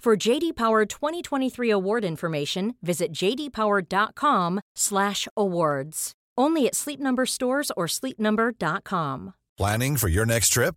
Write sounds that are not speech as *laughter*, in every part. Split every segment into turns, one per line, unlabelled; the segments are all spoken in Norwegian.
For JD Power 2023 award information, visit jdpower.com/awards. Only at Sleep Number stores or sleepnumber.com.
Planning for your next trip?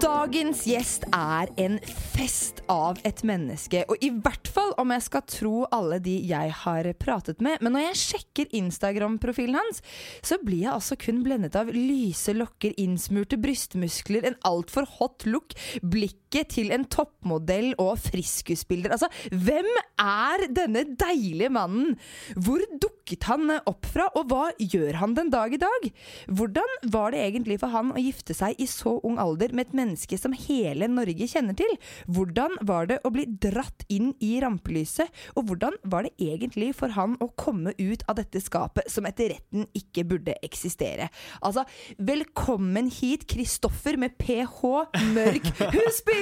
Dagens gjest er en fest av et menneske. Og i hvert fall om jeg skal tro alle de jeg har pratet med. Men når jeg sjekker Instagram-profilen hans, så blir jeg altså kun blendet av lyse lokker, innsmurte brystmuskler, en altfor hot look, blikket til en toppmodell og friskusbilder. Altså, hvem er denne deilige mannen? Hvor dukket han opp fra, og hva gjør han den dag i dag? Hvordan var det egentlig for han å gifte seg i så ung alder med et menneske som hele Norge kjenner til? Hvordan var det å bli dratt inn i rampelyset, og hvordan var det egentlig for han å komme ut av dette skapet som etter retten ikke burde eksistere? Altså, velkommen hit, Kristoffer med ph Mørk Husby!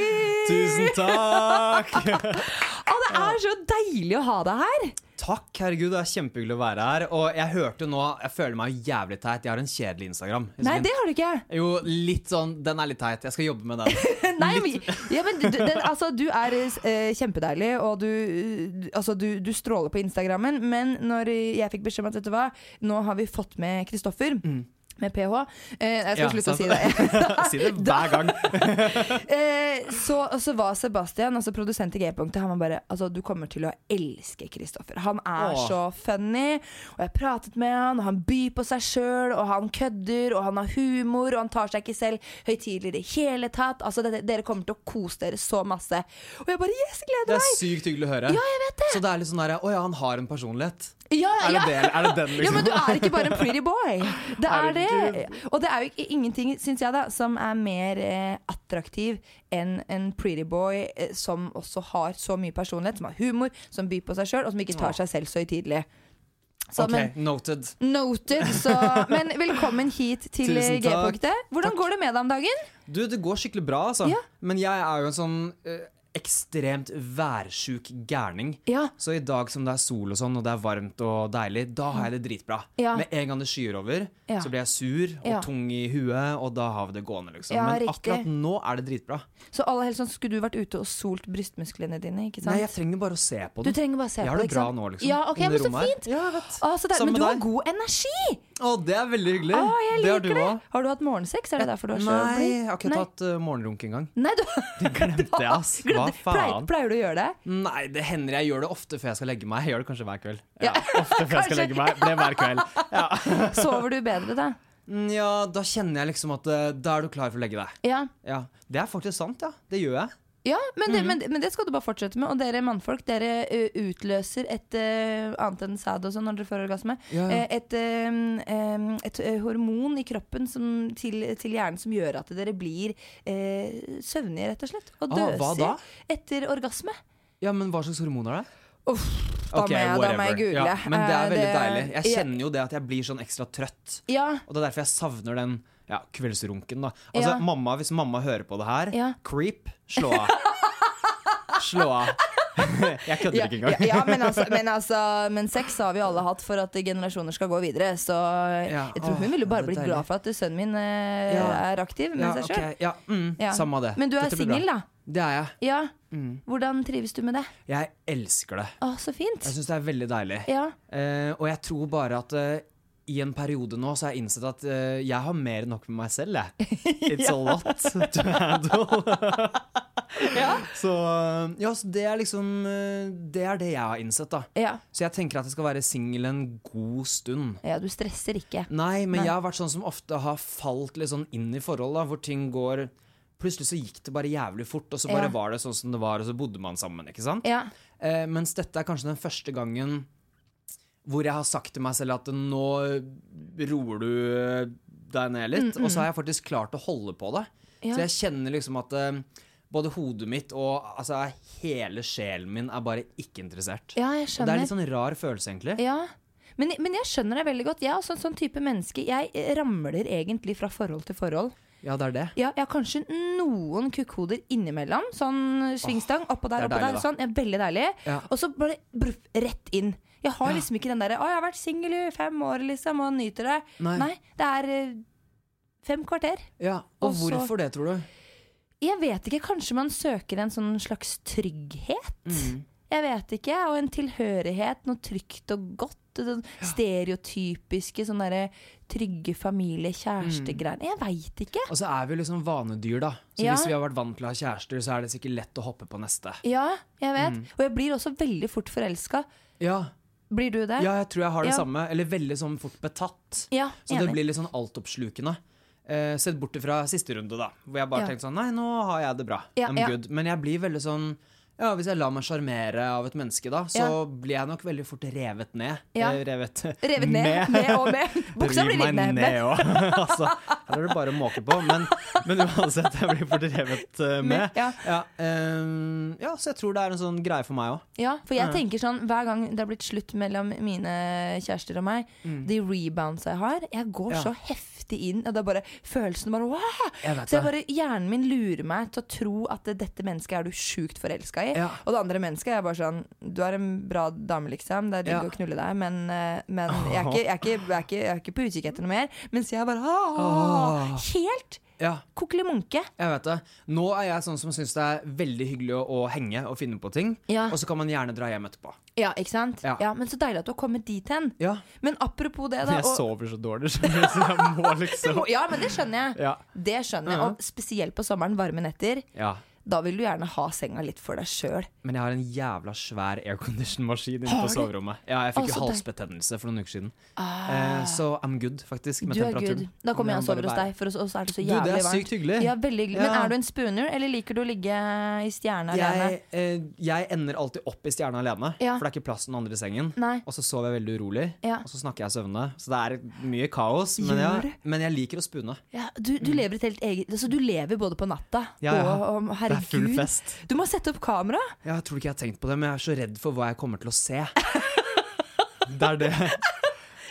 Tusen takk!
Å, det er så deilig å ha deg her!
Takk, herregud, det er kjempehyggelig å være her. Og jeg hørte jo nå, jeg føler meg jævlig teit. Jeg har en kjedelig Instagram. Jeg
Nei,
synes-
det har du ikke.
Jo, litt sånn, den er litt teit. Jeg skal jobbe med den.
*laughs* Nei, men, ja, men du, den, altså, du er eh, kjempedeilig, og du, eh, altså, du, du stråler på Instagrammen. Men når jeg fikk beskjed om at vet du hva, nå har vi fått med Kristoffer. Med ph. Eh, jeg skal
Mm. Ja,
slutte å
sant.
si
*laughs*
det.
si det hver
*laughs*
gang.
eh, så, så var Sebastian, altså produsent i G-punktet, han var bare Altså, du kommer til å elske Kristoffer. Han er
Åh.
så funny, og jeg pratet med han, og han byr på seg sjøl, og han kødder, og han har humor, og han tar seg ikke selv høytidelig i det hele tatt. Altså, dette, dere kommer til å kose dere så masse. Og jeg bare Yes, jeg
Det
gleder
er
meg!
sykt hyggelig å høre.
Ja, jeg vet det.
Så det er litt sånn der, å ja, han har en personlighet.
Ja,
Er det,
ja.
det, er det den, liksom?
Ja, men du er ikke bare en pretty boy. Det er det.
Herregud.
Og det er jo ikke- ingenting, syns jeg, da, som er mer eh, attraktiv enn en pretty boy eh, som også har så mye personlighet, som har humor, som byr på seg sjøl, og som ikke tar seg selv så høytidelig. Så,
Ok, noted.
men, noted, så, men velkommen hit til eh,
Tusen takk.
G-punktet. Hvordan går det med deg om dagen?
Du, det går skikkelig bra, altså.
Ja.
Men jeg er jo en sånn eh, ekstremt værsjuk gærning.
Ja.
Så i dag som det er sol og sånn, og det er varmt og deilig, da har jeg det dritbra.
Ja.
Med en gang det skyer over,
Ja.
så blir jeg sur og
Ja.
tung i huet, og da har vi det gående, liksom.
Ja,
Men
riktig.
akkurat nå er det dritbra.
Så alle helst sånn skulle du vært ute og solt brystmusklene dine, ikke sant?
Nei, jeg trenger bare å se på
du
den.
trenger bare se
Jeg
på
har det
ikke
bra
sant?
nå, liksom.
Ja, ok,
Inne i
men så
rommet her.
fint.
Ja, jeg vet.
Å, så der, men
Sammen med
du har
deg.
god energi!
Å, det er veldig hyggelig.
Å, jeg
det har
liker
du
det.
òg.
Har du hatt morgensex? Er det derfor du har så
Nei,
blid?
jeg har ikke
Nei.
tatt uh, morgenrunk engang.
Nei, *laughs* du
Glemte jeg, ass. Hva
Glemte- Pleier,
faen?
pleier du å gjøre det?
Nei, det hender jeg gjør det ofte før jeg skal legge meg. Jeg gjør det kanskje hver kveld.
Ja.
Ja, ofte før jeg
*laughs* Kanskje.
skal legge meg. Det er hver kveld. Ja.
Sover du bedre da?
Mm, ja, da kjenner jeg liksom at eh, da er du klar for å legge deg.
Ja,
Ja, Det er faktisk sant, ja. Det gjør jeg.
ja men, det, men, men det skal du bare fortsette med. Og dere mannfolk, dere ø, utløser et ø, annet enn sæd og sånn når dere får orgasme.
Ja, ja.
Eh, Et, ø, em, et ø, hormon i kroppen som, til, til hjernen som gjør at dere blir eh, søvnige, rett og slett. Og
Ah, hva
døser
da?
etter orgasme.
Ja, Men hva slags hormon er det?
Uff, da, må
Ok,
jeg, da må jeg
whatever.
google.
Ja, men det
Eh,
er veldig deilig.
det-
Jeg kjenner jo det at jeg blir sånn ekstra trøtt.
Ja,
Og det er derfor jeg savner den ja, kveldsrunken, da. Altså,
Ja.
mamma, hvis mamma hører på det her,
Ja.
creep, slå
*laughs*
av. slå av. *laughs* jeg kødder ikke engang.
Ja, ja, men, altså, men, altså, men sex har vi alle hatt for at generasjoner skal gå videre. Så
Ja,
jeg tror
åh,
hun ville bare
det er
blitt
deilig.
glad for at sønnen min eh,
Ja.
er aktiv med
Ja,
seg sjøl.
ok, ja, mm,
Ja.
Samme av det.
Men du er
Dette blir bra. Mm.
singel, da?
Det er jeg.
Ja. Hvordan trives du med det?
Jeg elsker det.
Å, så fint.
Altså- Jeg syns det er veldig deilig.
Ja.
Eh, og jeg tror bare at eh, i en periode nå så har jeg innsett at eh, jeg har mer enn nok med meg
*laughs*
selv, jeg. It's a lot to handle. så, eh, ja, så det er liksom eh, Det er det jeg har innsett, da.
Ja.
Så jeg tenker at jeg skal være singel en god stund.
ja, du stresser ikke.
Nei, men jeg har vært sånn som ofte har falt litt sånn inn i forhold, da, hvor ting går Plutselig så gikk det bare jævlig fort, og så bare
Ja.
var det sånn som det var, og så bodde man sammen, ikke sant?
Ja.
Eh, mens dette er kanskje den første gangen hvor jeg har sagt til meg selv at nå roer du eh, deg ned litt, og så har jeg faktisk klart å holde på det.
Mm, Ja.
Så jeg kjenner liksom at eh, både hodet mitt og altså, hele sjelen min er bare ikke interessert.
Ja, jeg
Og det er
skjønner.
litt sånn rar følelse, egentlig.
Ja. Men, men jeg skjønner deg veldig godt. Jeg er også en sånn type menneske. Jeg eh, ramler egentlig fra forhold til forhold.
Ja, det er det.
Ja, jeg har kanskje noen kukkhoder innimellom. Sånn svingstang oppå der,
det er
oppå
deilig,
der. Sånn, ja, veldig deilig.
Ja.
Og så bare bruff, rett inn. Jeg har liksom ikke den derre 'Å, jeg har vært singel i fem år, liksom, og nyter det'.
Nei.
det er eh, fem kvarter.
Ja, og
Og så-
hvorfor det, tror du?
Jeg vet ikke, kanskje man søker en sånn slags trygghet?
Mm.
Jeg vet ikke, og en tilhørighet, noe trygt og godt. det sånn Stereotypiske sånn derre trygge familie-kjæreste-greier.
Mm.
Jeg veit ikke.
Og så er vi jo liksom vanedyr, da. Så
Ja.
hvis vi har vært vant til å ha kjærester, så er det sikkert lett å hoppe på neste.
Ja, jeg vet.
Mm.
Og jeg blir også veldig fort forelska.
Ja,
Blir du det?
ja jeg tror jeg har det
Ja.
samme. Eller veldig sånn fort betatt.
Ja,
Så det
enig.
blir litt sånn altoppslukende. Eh, sett bort fra siste runde, da. Hvor jeg bare
Ja.
tenkte sånn Nei, nå har jeg det bra.
Ja,
I'm
ja.
good. Men jeg blir veldig sånn ja, Hvis jeg lar meg sjarmere av et menneske, da, så
Ja.
blir jeg nok veldig fort revet ned.
Ja.
Eh, revet,
*laughs* Revet ned, med
*laughs*
og med. Buksa
Riv
blir litt
meg
ned. med.
også. *laughs* altså, her er det bare å måke på. Men, men uansett, jeg blir fort revet eh, med.
Med, ja.
ehm, ja, så jeg tror det er en sånn greie for meg òg.
Ja, for jeg tenker sånn Hver gang det har blitt slutt mellom mine kjærester og meg, de rebounds jeg har Jeg går
Mm. Ja.
så heftig inn, og det er bare følelsen bare wow!
Jeg vet
Så jeg
det.
bare, hjernen min lurer meg til å tro at det- dette mennesket er du sjukt forelska i.
Ja.
Og det andre mennesket er bare sånn Du er en bra dame, liksom. Det er digg
Ja.
å knulle deg, men, eh, men jeg, er ikke, jeg, er ikke, jeg, er ikke, jeg er ikke på utkikk etter noe mer. Mens jeg bare ah, Helt
Ja,
kokkeli munke.
jeg vet det. Nå er jeg sånn som syns det er veldig hyggelig å, å henge og finne på ting.
Ja.
Og så kan man gjerne dra hjem etterpå.
Ja, ikke sant?
Ja.
Ja. Men så deilig at du har kommet dit hen.
Ja.
Men apropos det, da.
jeg
Og,
sover så dårlig, skjønner du, så
*laughs*
jeg må
det
liksom
må, ja, men det skjønner jeg.
Ja.
Det skjønner jeg. Og spesielt på sommeren, varme netter.
ja.
Da vil du gjerne ha senga litt for deg sjøl.
Men jeg har en jævla svær aircondition-maskin inne
Har
på
du?
soverommet. Ja, jeg fikk
Å,
jo
så deilig. Ah.
halsbetennelse for noen uker siden. Eh, så I'm good, faktisk. Med
Du er good.
temperaturen.
Da kommer jeg og
Men bare
sover hos
være-
deg, for så, så er det så
Du, det
jævlig
er
varmt.
sykt hyggelig.
Ja, veldig hyggelig. Men
Ja.
er du en spooner, eller liker du å ligge i stjerna
jeg,
alene?
eh, jeg ender alltid opp i stjerna alene,
Ja.
for det er ikke plass til noen andre i sengen.
Nei.
Og så sover jeg veldig urolig,
Ja.
og så snakker jeg søvne. Så det er mye kaos, men,
Gjør
jeg,
det.
men jeg liker å spune.
Ja, du, du lever et helt eget altså, Du lever både på natta
Mm. Ja, ja.
og om
Det er
Herregud.
full fest.
Du må sette opp kamera!
Ja, Jeg tror ikke jeg har tenkt på det, men jeg er så redd for hva jeg kommer til
*laughs*
å se. Det er det.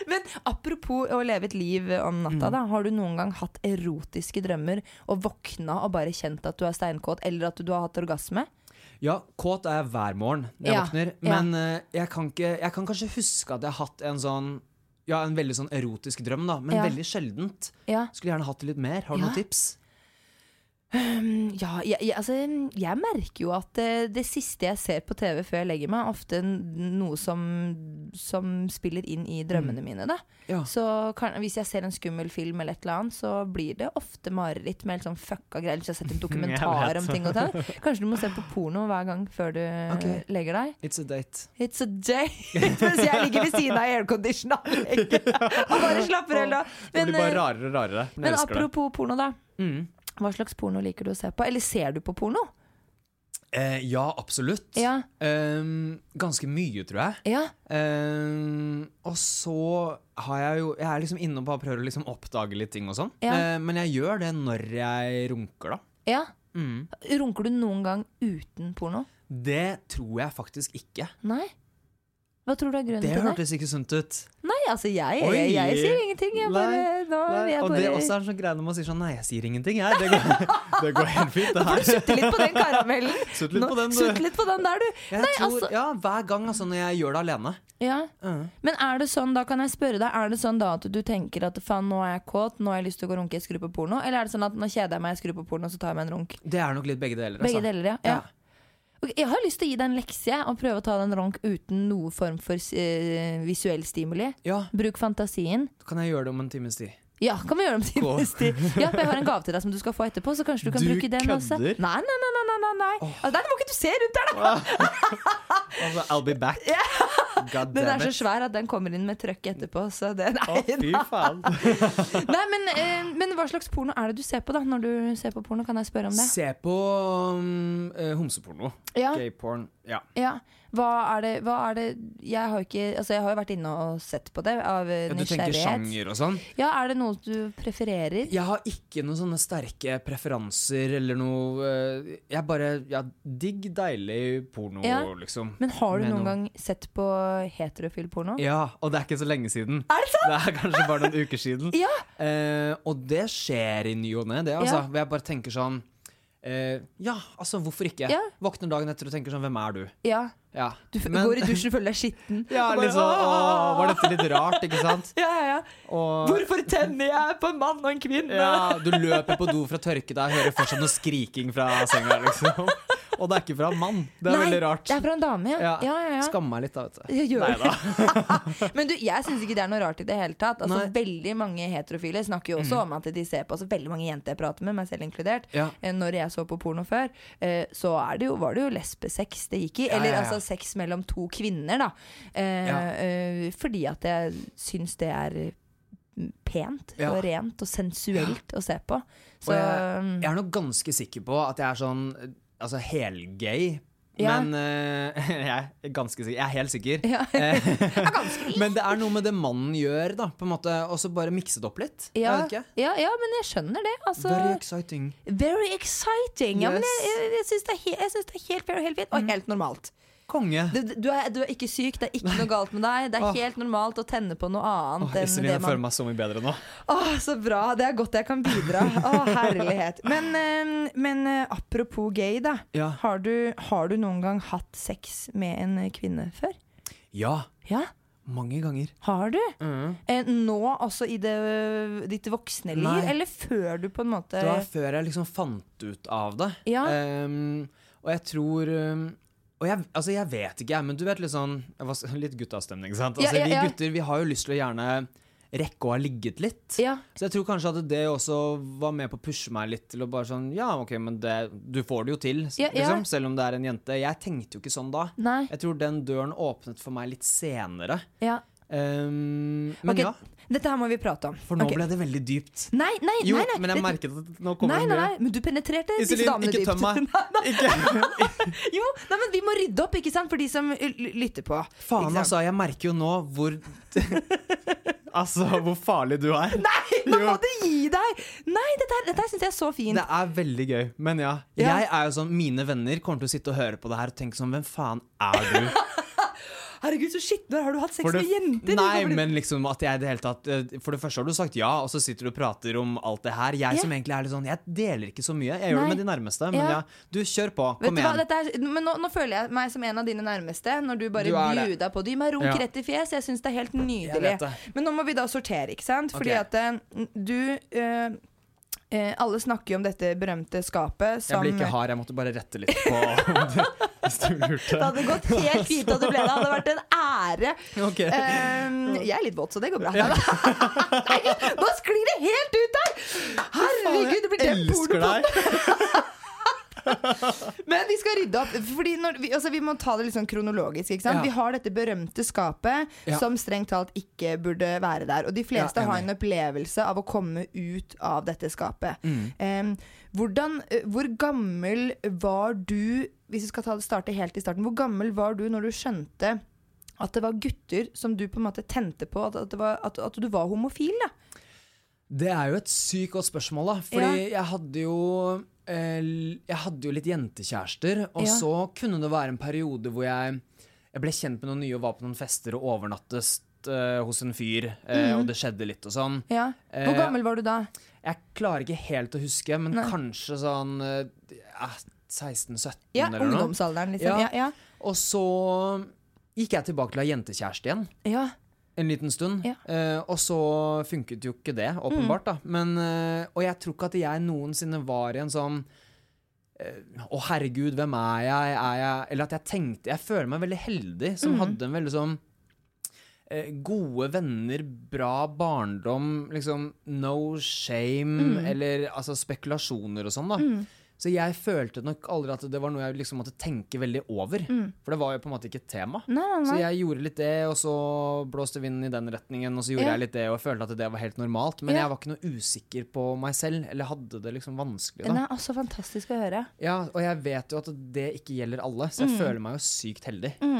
Men apropos å leve et liv eh, om
Mm.
natta, da. Har du noen gang hatt erotiske drømmer og våkna og bare kjent at du er steinkåt, eller at du har hatt orgasme?
Ja, kåt er jeg hver morgen når jeg
Ja,
våkner,
ja.
men eh, jeg, kan ikke, jeg kan kanskje huske at jeg har hatt en sånn ja, en veldig sånn erotisk drøm, da, men
Ja.
veldig sjeldent.
Ja.
Skulle gjerne hatt det litt mer. Har du
Ja.
noen tips?
Ja, jeg, jeg, altså, jeg merker jo at eh, det, det siste jeg ser på TV før jeg legger meg, er ofte n- noe som, som spiller inn i drømmene mine. Da.
Mm. Ja.
Så kan, hvis jeg ser en skummel film, eller et eller annet, så blir det ofte mareritt med helt sånn fucka greier. Hvis jeg har
*laughs*
sett en
Jeg
dokumentar
vet.
om ting og tang. Kanskje du må se på porno hver gang før du
Ok.
legger deg.
It's a date.
It's a
*laughs*
day! Mens jeg ligger ved siden av i aircondition-anlegget og bare slapper helt av.
Det blir bare
eh,
rarere og rarere. Men,
men
jeg elsker det.
apropos porno, da.
Mm.
Hva slags porno liker du å se på? Eller ser du på porno?
Eh, ja, absolutt.
Ja.
Ehm, ganske mye, tror jeg.
Ja,
Ehm, og så har jeg jo Jeg er liksom inne og bare prøver å liksom oppdage litt ting og sånn.
Ja.
Eh, men jeg gjør det når jeg runker, da.
ja. Mm. Runker du noen gang uten porno?
Det tror jeg faktisk ikke.
Nei. Hva tror du er grunnen
Det
til det?
hørtes ikke sunt ut.
Nei, altså jeg, jeg,
Oi.
jeg, sier ingenting. Jeg bare,
Nei,
nå,
Nei,
jeg
og
bare
det også er en sånn greie når man sier sånn Nei, jeg sier ingenting, jeg. Det
*laughs*
går, det går helt fint, det her.
Sutt litt på den karamellen.
*laughs* Sutt litt
Nå-
på den, du.
Sutt litt på den der, du.
Jeg
Nei,
tror,
altså-
Ja, hver gang altså, når jeg gjør det alene.
Ja.
Mm.
Men er det sånn, da kan jeg spørre deg, er det sånn da at du tenker at faen, nå er jeg kåt, nå har jeg lyst til å gå og runke, jeg skrur på porno? Eller er det sånn at nå kjeder jeg meg, jeg skrur på porno, så tar jeg meg en runk?
Det er nok litt begge deler.
Begge
altså.
deler, ja.
Ja.
ja. Ok, jeg har lyst til å gi deg en lekse og prøve å ta den ronk uten noe form for eh, visuell stimuli.
Ja,
Bruk fantasien.
kan jeg gjøre det om en times tid?
Ja, kan vi gjøre om til
Gå.
neste Ja, for jeg har en gave til deg som du skal få etterpå, så kanskje du kan
Du
bruke den også.
kødder?
Nei, nei, nei, nei, nei, nei, nei. Altså, den må ikke du se rundt der, da!
Altså, I'll be
*laughs*
back. God
Den er
damn
så
it.
svær at den kommer inn med trøkk etterpå, så det Nei,
Å, fy faen.
nei men, eh, men hva slags porno er det du ser på, da? Når du ser på porno, kan jeg spørre om det?
Se på um, eh, homseporno.
Ja,
Gayporn. Ja.
ja. Hva er det, hva er det Jeg har jo ikke Altså, jeg har jo vært inne og sett på det av eh,
ja. Du tenker
nysgjerrighet.
sjanger og sånn?
Ja, er det noe du prefererer?
Jeg har ikke noen sånne sterke preferanser eller noe eh, Jeg bare ja, Digg, deilig porno,
Ja.
liksom.
Men har du
Med
noen
noe.
gang sett på heterofil porno?
Ja, og det er ikke så lenge siden. Er Det sant? Det er kanskje bare noen uker siden.
*laughs* Ja.
Eh, og det skjer i ny og ne, det, altså.
Ja.
Hvor jeg bare tenker sånn eh, Ja, altså, hvorfor ikke?
Ja.
Våkner dagen etter og tenker sånn Hvem er du?
Ja.
Ja.
Du f
Men-
går i dusjen og føler deg skitten.
*laughs* Ja,
Og bare,
litt sånn Å,
«Åh!»
var dette litt rart, ikke sant?
*laughs* Ja, ja, ja.
Og
Hvorfor tenner jeg på en mann og en kvinne?
Ja, du løper på do for å tørke deg, hører fortsatt noe skriking fra senga, liksom. Og det er ikke fra en mann. Det er
Nei,
veldig rart.
Det er fra en dame, ja. ja. ja, ja,
Skammer meg litt, da, vet du.
Jeg gjør
Neida.
Men du, jeg syns ikke det *laughs* er noe rart i det hele tatt. Altså,
Nei. Mm.
veldig mange heterofile snakker jo også om at de ser på altså, Veldig mange jenter jeg prater med, meg selv inkludert.
Ja.
Eh, Når jeg så på porno før, eh, så er det jo, var det jo lesbesex det gikk i.
Ja,
Eller
ja, ja.
altså sex mellom to kvinner, da. Eh,
Ja.
eh, fordi at jeg syns det er mm, pent
Ja.
og rent og sensuelt å se på. Så
Og jeg,
Mm.
jeg er nok ganske sikker på at jeg er sånn eh, altså helgay.
Ja.
Men eh, *laughs* jeg er ganske sikker. Jeg er helt sikker.
*laughs* ja.
Eh,
Ganske
men det er noe med det mannen gjør, da, på en måte, og så bare mikset opp litt.
ja,
Jeg vet ikke.
ja, ja, men jeg skjønner det. Altså,
Very exciting.
Very exciting! Ja, men jeg,
Yes. Mm.
jeg, jeg syns det, er he- jeg syns det er helt fair og helt fint. Og helt normalt.
Konge.
Du, du, er, du er ikke syk, det er ikke noe galt med deg. Det er
Åh.
helt normalt å tenne på noe annet.
Åh,
enn
Iselin,
det
jeg føler
man...
meg så mye bedre nå.
Åh, så bra! Det er godt jeg kan bidra. Å, herlighet. Men, eh, men eh, apropos gay, da.
Ja.
Har, du, har du noen gang hatt sex med en eh, kvinne før?
Ja, Mm.
Ja,
mange ganger.
har du? Eh, nå også i det, ditt voksne liv,
Nei.
eller før du på en måte
Det var før jeg liksom fant ut av det.
Ja.
Ehm, og jeg tror um, og jeg, altså jeg vet ikke, jeg, men du vet litt sånn jeg var s- Litt guttastemning, ikke sant?
Ja,
Altså,
ja, ja.
Vi gutter vi har jo lyst til å gjerne rekke å ha ligget litt.
Ja,
Så jeg tror kanskje at det også var med på å pushe meg litt til å bare sånn Ja, OK, men det, du får det jo til, s-
Ja, ja.
liksom. Selv om det er en jente. Jeg tenkte jo ikke sånn da.
nei,
Jeg tror den døren åpnet for meg litt senere.
ja.
Ehm, men
Ok,
ja,
Dette her må vi prate om.
for nå
Ok.
ble det veldig dypt.
Nei, nei,
Jo,
nei, nei.
men jeg
Dette-
merket at nå kommer
Nei,
det
nei,
mye.
nei, men du penetrerte disse
Iselin,
damene
ikke
dypt.
tøm meg.
*laughs* Nei, nei.
Ikke.
Jo, nei, men vi må rydde opp, ikke sant, for de som l- l- lytter på.
Faen,
Ikke sant?
altså. Jeg merker jo nå hvor *laughs* Altså, hvor farlig du er.
Nei, nå må
Jo.
du gi deg! Nei, dette, her- dette her syns jeg er så fint.
Det er veldig gøy. Men ja,
Ja.
jeg er jo sånn Mine venner kommer til å sitte og høre på det her og tenke sånn Hvem faen er
*laughs*
du?
Herregud, så skitt, når har du hatt sex
For det-
med jenter?
Nei,
Hvorfor-
men liksom at jeg i det hele tatt eh, For det første har du sagt ja, og så sitter du og prater om alt det her. Jeg
Ja.
som egentlig er litt sånn Jeg deler ikke så mye. Jeg gjør
Nei.
det med de nærmeste, men
Ja.
ja. Du, kjør på.
Vet
Kom
du hva,
igjen.
dette er, men nå, nå føler jeg meg som en av dine nærmeste, når du bare
Du er
bjuder
det.
deg på. Du gir meg runk
Ja.
rett i fjes, jeg syns det er helt
Jeg vet
nydelig.
det.
Men nå må vi da sortere, ikke sant? Fordi
Ok.
at eh, du eh, eh, Alle snakker jo om dette berømte skapet
Jeg
som
ble ikke hard, jeg måtte bare rette litt
*laughs*
på Hvis du
Det
lurte.
hadde gått helt fint at du ble det. Det hadde vært en ære.
Ok.
Ehm, jeg er litt våt, så det går bra. *laughs* Nei, nå sklir det helt ut der! Herregud, det blir den
elsker
porno
deg!
Men vi skal rydde opp. Fordi når vi, altså, vi må ta det litt sånn kronologisk. Ikke sant?
Ja.
Vi har dette berømte skapet
Ja.
som strengt talt ikke burde være der. Og de fleste
Ja, enig.
har en opplevelse av å komme ut av dette skapet.
Mm.
Ehm, hvordan, eh, hvor gammel var du Hvis vi skal ta det, starte helt i starten. Hvor gammel var du når du skjønte at det var gutter som du på en måte tente på at, at, det var, at, at du var homofil? Da?
Det er jo et sykt godt spørsmål, da. Fordi jeg hadde jo eh, l- Jeg hadde jo litt jentekjærester, og
Ja.
så kunne det være en periode hvor jeg, jeg ble kjent med noen nye og var på noen fester og overnattet eh, hos en fyr, eh,
Mhm.
og det skjedde litt og sånn.
Ja. Hvor
Eh,
gammel var du da?
Jeg klarer ikke helt å huske, men kanskje sånn eh, ja, 16-17
Ja,
eller noe.
Ungdomsalderen, liksom. Ja.
Ja.
Ja,
Og så gikk jeg tilbake til å ha jentekjæreste igjen.
ja.
En liten stund.
Ja.
Eh, og så funket jo ikke det, åpenbart. da. Men, eh, og jeg tror ikke at jeg noensinne var i en sånn eh, Å, herregud, hvem er jeg? er jeg Eller at jeg tenkte Jeg føler meg veldig heldig som hadde en veldig sånn eh, Gode venner, bra barndom, liksom no shame, eller altså spekulasjoner og sånn, da. Så jeg følte nok aldri at det var noe jeg liksom måtte tenke veldig over. For det var jo på en måte ikke et tema.
Nei, nei, nei.
Så jeg gjorde litt det, og så blåste vinden i den retningen, og så gjorde
Ja.
jeg litt det, og jeg følte at det var helt normalt. Men
Ja.
jeg var ikke noe usikker på meg selv, eller hadde det liksom vanskelig
Den
da.
er også altså, fantastisk å høre.
Ja, og jeg vet jo at det ikke gjelder alle, så jeg
Mm.
føler meg jo sykt heldig.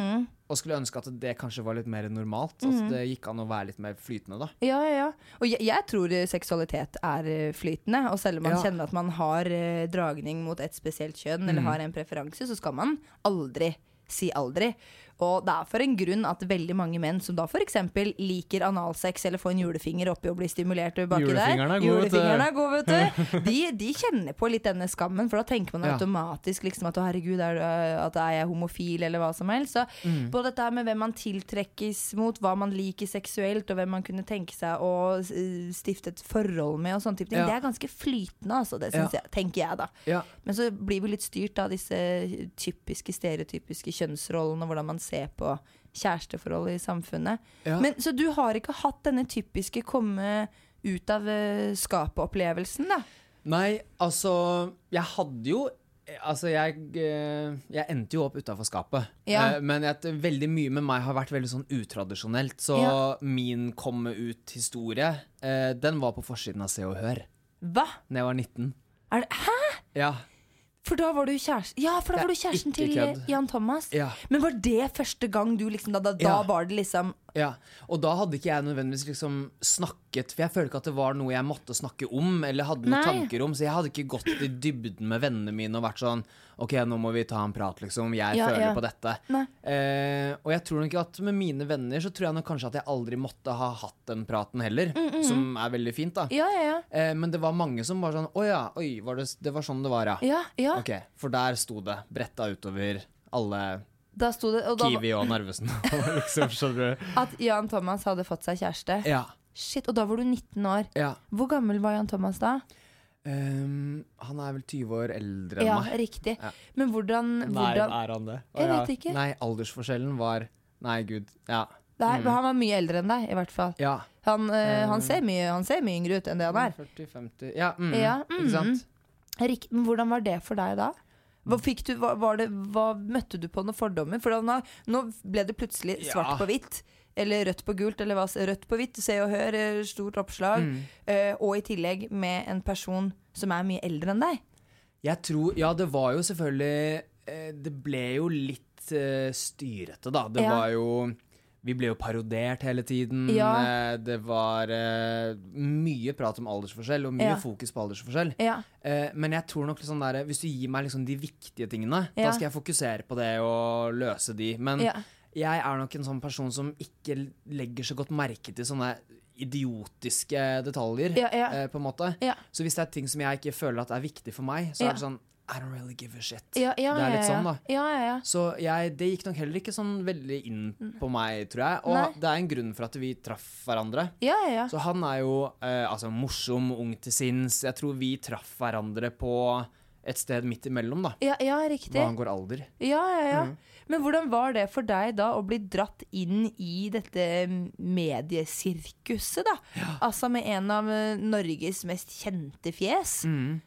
Og skulle ønske at det kanskje var litt mer normalt,
Mm.
at det gikk an å være litt mer flytende da.
Ja, ja, ja. Og jeg, jeg tror eh, seksualitet er eh, flytende. Og selv om man
Ja.
kjenner at man har eh, dragning mot et spesielt kjønn,
Mm.
eller har en preferanse, så skal man aldri si aldri. Og det er for en grunn at veldig mange menn som da f.eks. liker analsex eller får en julefinger oppi og blir stimulert baki der
Julefingeren er god, vet du.
Julefingeren er god, vet du. De, de kjenner på litt denne skammen, for da tenker man
Ja.
automatisk liksom at å herregud, er, du- at er jeg homofil, eller hva som helst. Så
Mm.
både dette her med hvem man tiltrekkes mot, hva man liker seksuelt, og hvem man kunne tenke seg å eh, stifte et forhold med, og sånne type ting,
Ja.
det er ganske flytende, altså. Det synes
Ja.
jeg, tenker jeg, da.
Ja.
Men så blir vi litt styrt av disse typiske, stereotypiske kjønnsrollene, og hvordan man ser på kjæresteforholdet i samfunnet.
Ja.
Men, så du har ikke hatt denne typiske komme ut av eh, skapet-opplevelsen, da?
Nei, altså Jeg hadde jo Altså, jeg, eh, jeg endte jo opp utafor skapet.
Ja.
Eh, Men at veldig mye med meg har vært veldig sånn utradisjonelt. Så
Ja.
min komme ut-historie, eh, den var på forsiden av Se og Hør
Hva?
da jeg var 19.
Er det, hæ?
Ja.
For da var du kjæresten Ja, for da var du
Det er
kjæresten
ikke
til eh,
kødd.
Jan Thomas.
Ja.
Men var det første gang du liksom Da, da, da
Ja.
var det liksom
Ja, og da hadde ikke jeg nødvendigvis liksom snakket For jeg føler ikke at det var noe jeg måtte snakke om Eller hadde
Nei.
noen tanker om Så jeg hadde ikke gått i dybden med vennene mine Og vært sånn, ok nå må vi ta en prat liksom Jeg
Ja,
føler
ja.
på dette
Nei.
eh, Og jeg tror nok at med mine venner Så tror jeg nok kanskje at jeg aldri måtte ha hatt den praten heller Som er veldig fint da
Mm, Ja, ja, ja.
eh, Men det var mange som var sånn Åja, oi, var det, det var sånn det var ja
Ja, ja.
Ok, for der sto det bretta utover alle
Da sto det og da,
Kiwi og
*laughs*
Narvesen *laughs* liksom, skjønner du?
At Jan Thomas hadde fått seg kjæreste.
Ja,
Shit, Og da var du 19 år.
ja
Hvor gammel var Jan Thomas da?
Ehm, han er vel 20 år eldre enn
Ja,
meg.
riktig.
Ja.
Men hvordan, hvordan
er han det?
Jeg vet ikke.
Nei, aldersforskjellen var Nei, gud. Ja.
Nei,
Mm.
men Han var mye eldre enn deg, i hvert fall.
ja.
Han, eh, han, ser, mye, han ser mye yngre ut enn det han er.
40-50 ja, mm,
Ja, mm.
Ikke sant?
Rikt, men hvordan var det for deg da? Hva, fikk du, hva, var det, hva møtte du på noen fordommer? For da, nå- nå ble det plutselig svart
Ja.
på hvitt. Eller rødt på gult, eller hva, rødt på hvitt. Se og hør, eh, stort oppslag.
Mm.
Eh, og i tillegg med en person som er mye eldre enn deg.
Jeg tror Ja, det var jo selvfølgelig eh, Det ble jo litt eh, styrete, da. Det
Ja.
var jo Vi ble jo parodert hele tiden.
Ja.
Eh, Det var eh, mye prat om aldersforskjell, og
Ja.
mye fokus på aldersforskjell.
Ja.
Eh, men jeg tror nok sånn der, hvis du gir meg liksom de viktige tingene,
Ja.
da skal jeg fokusere på det og løse de. Men
Ja.
jeg er nok en sånn person som ikke legger så godt merke til sånne idiotiske detaljer.
Ja, ja.
eh, på en måte.
Ja.
Så hvis det er ting som jeg ikke føler at er viktig for meg, så
Ja.
er det sånn I don't really give a shit.
Ja, ja,
det er litt
ja,
sånn, da.
Ja, ja, ja.
Så jeg, det gikk nok heller ikke sånn veldig inn på meg, tror jeg. Og
Mm. Nei.
det er en grunn for at vi traff hverandre.
ja, ja, ja.
Så han er jo eh, altså, morsom, ung til sinns. Jeg tror vi traff hverandre på et sted midt imellom, da.
Ja, ja, riktig.
Hva angår alder.
Ja, ja,
Mm.
ja. Men hvordan var det for deg da å bli dratt inn i dette mediesirkuset, da? Altså med en av eh, Norges mest kjente fjes.
Mm.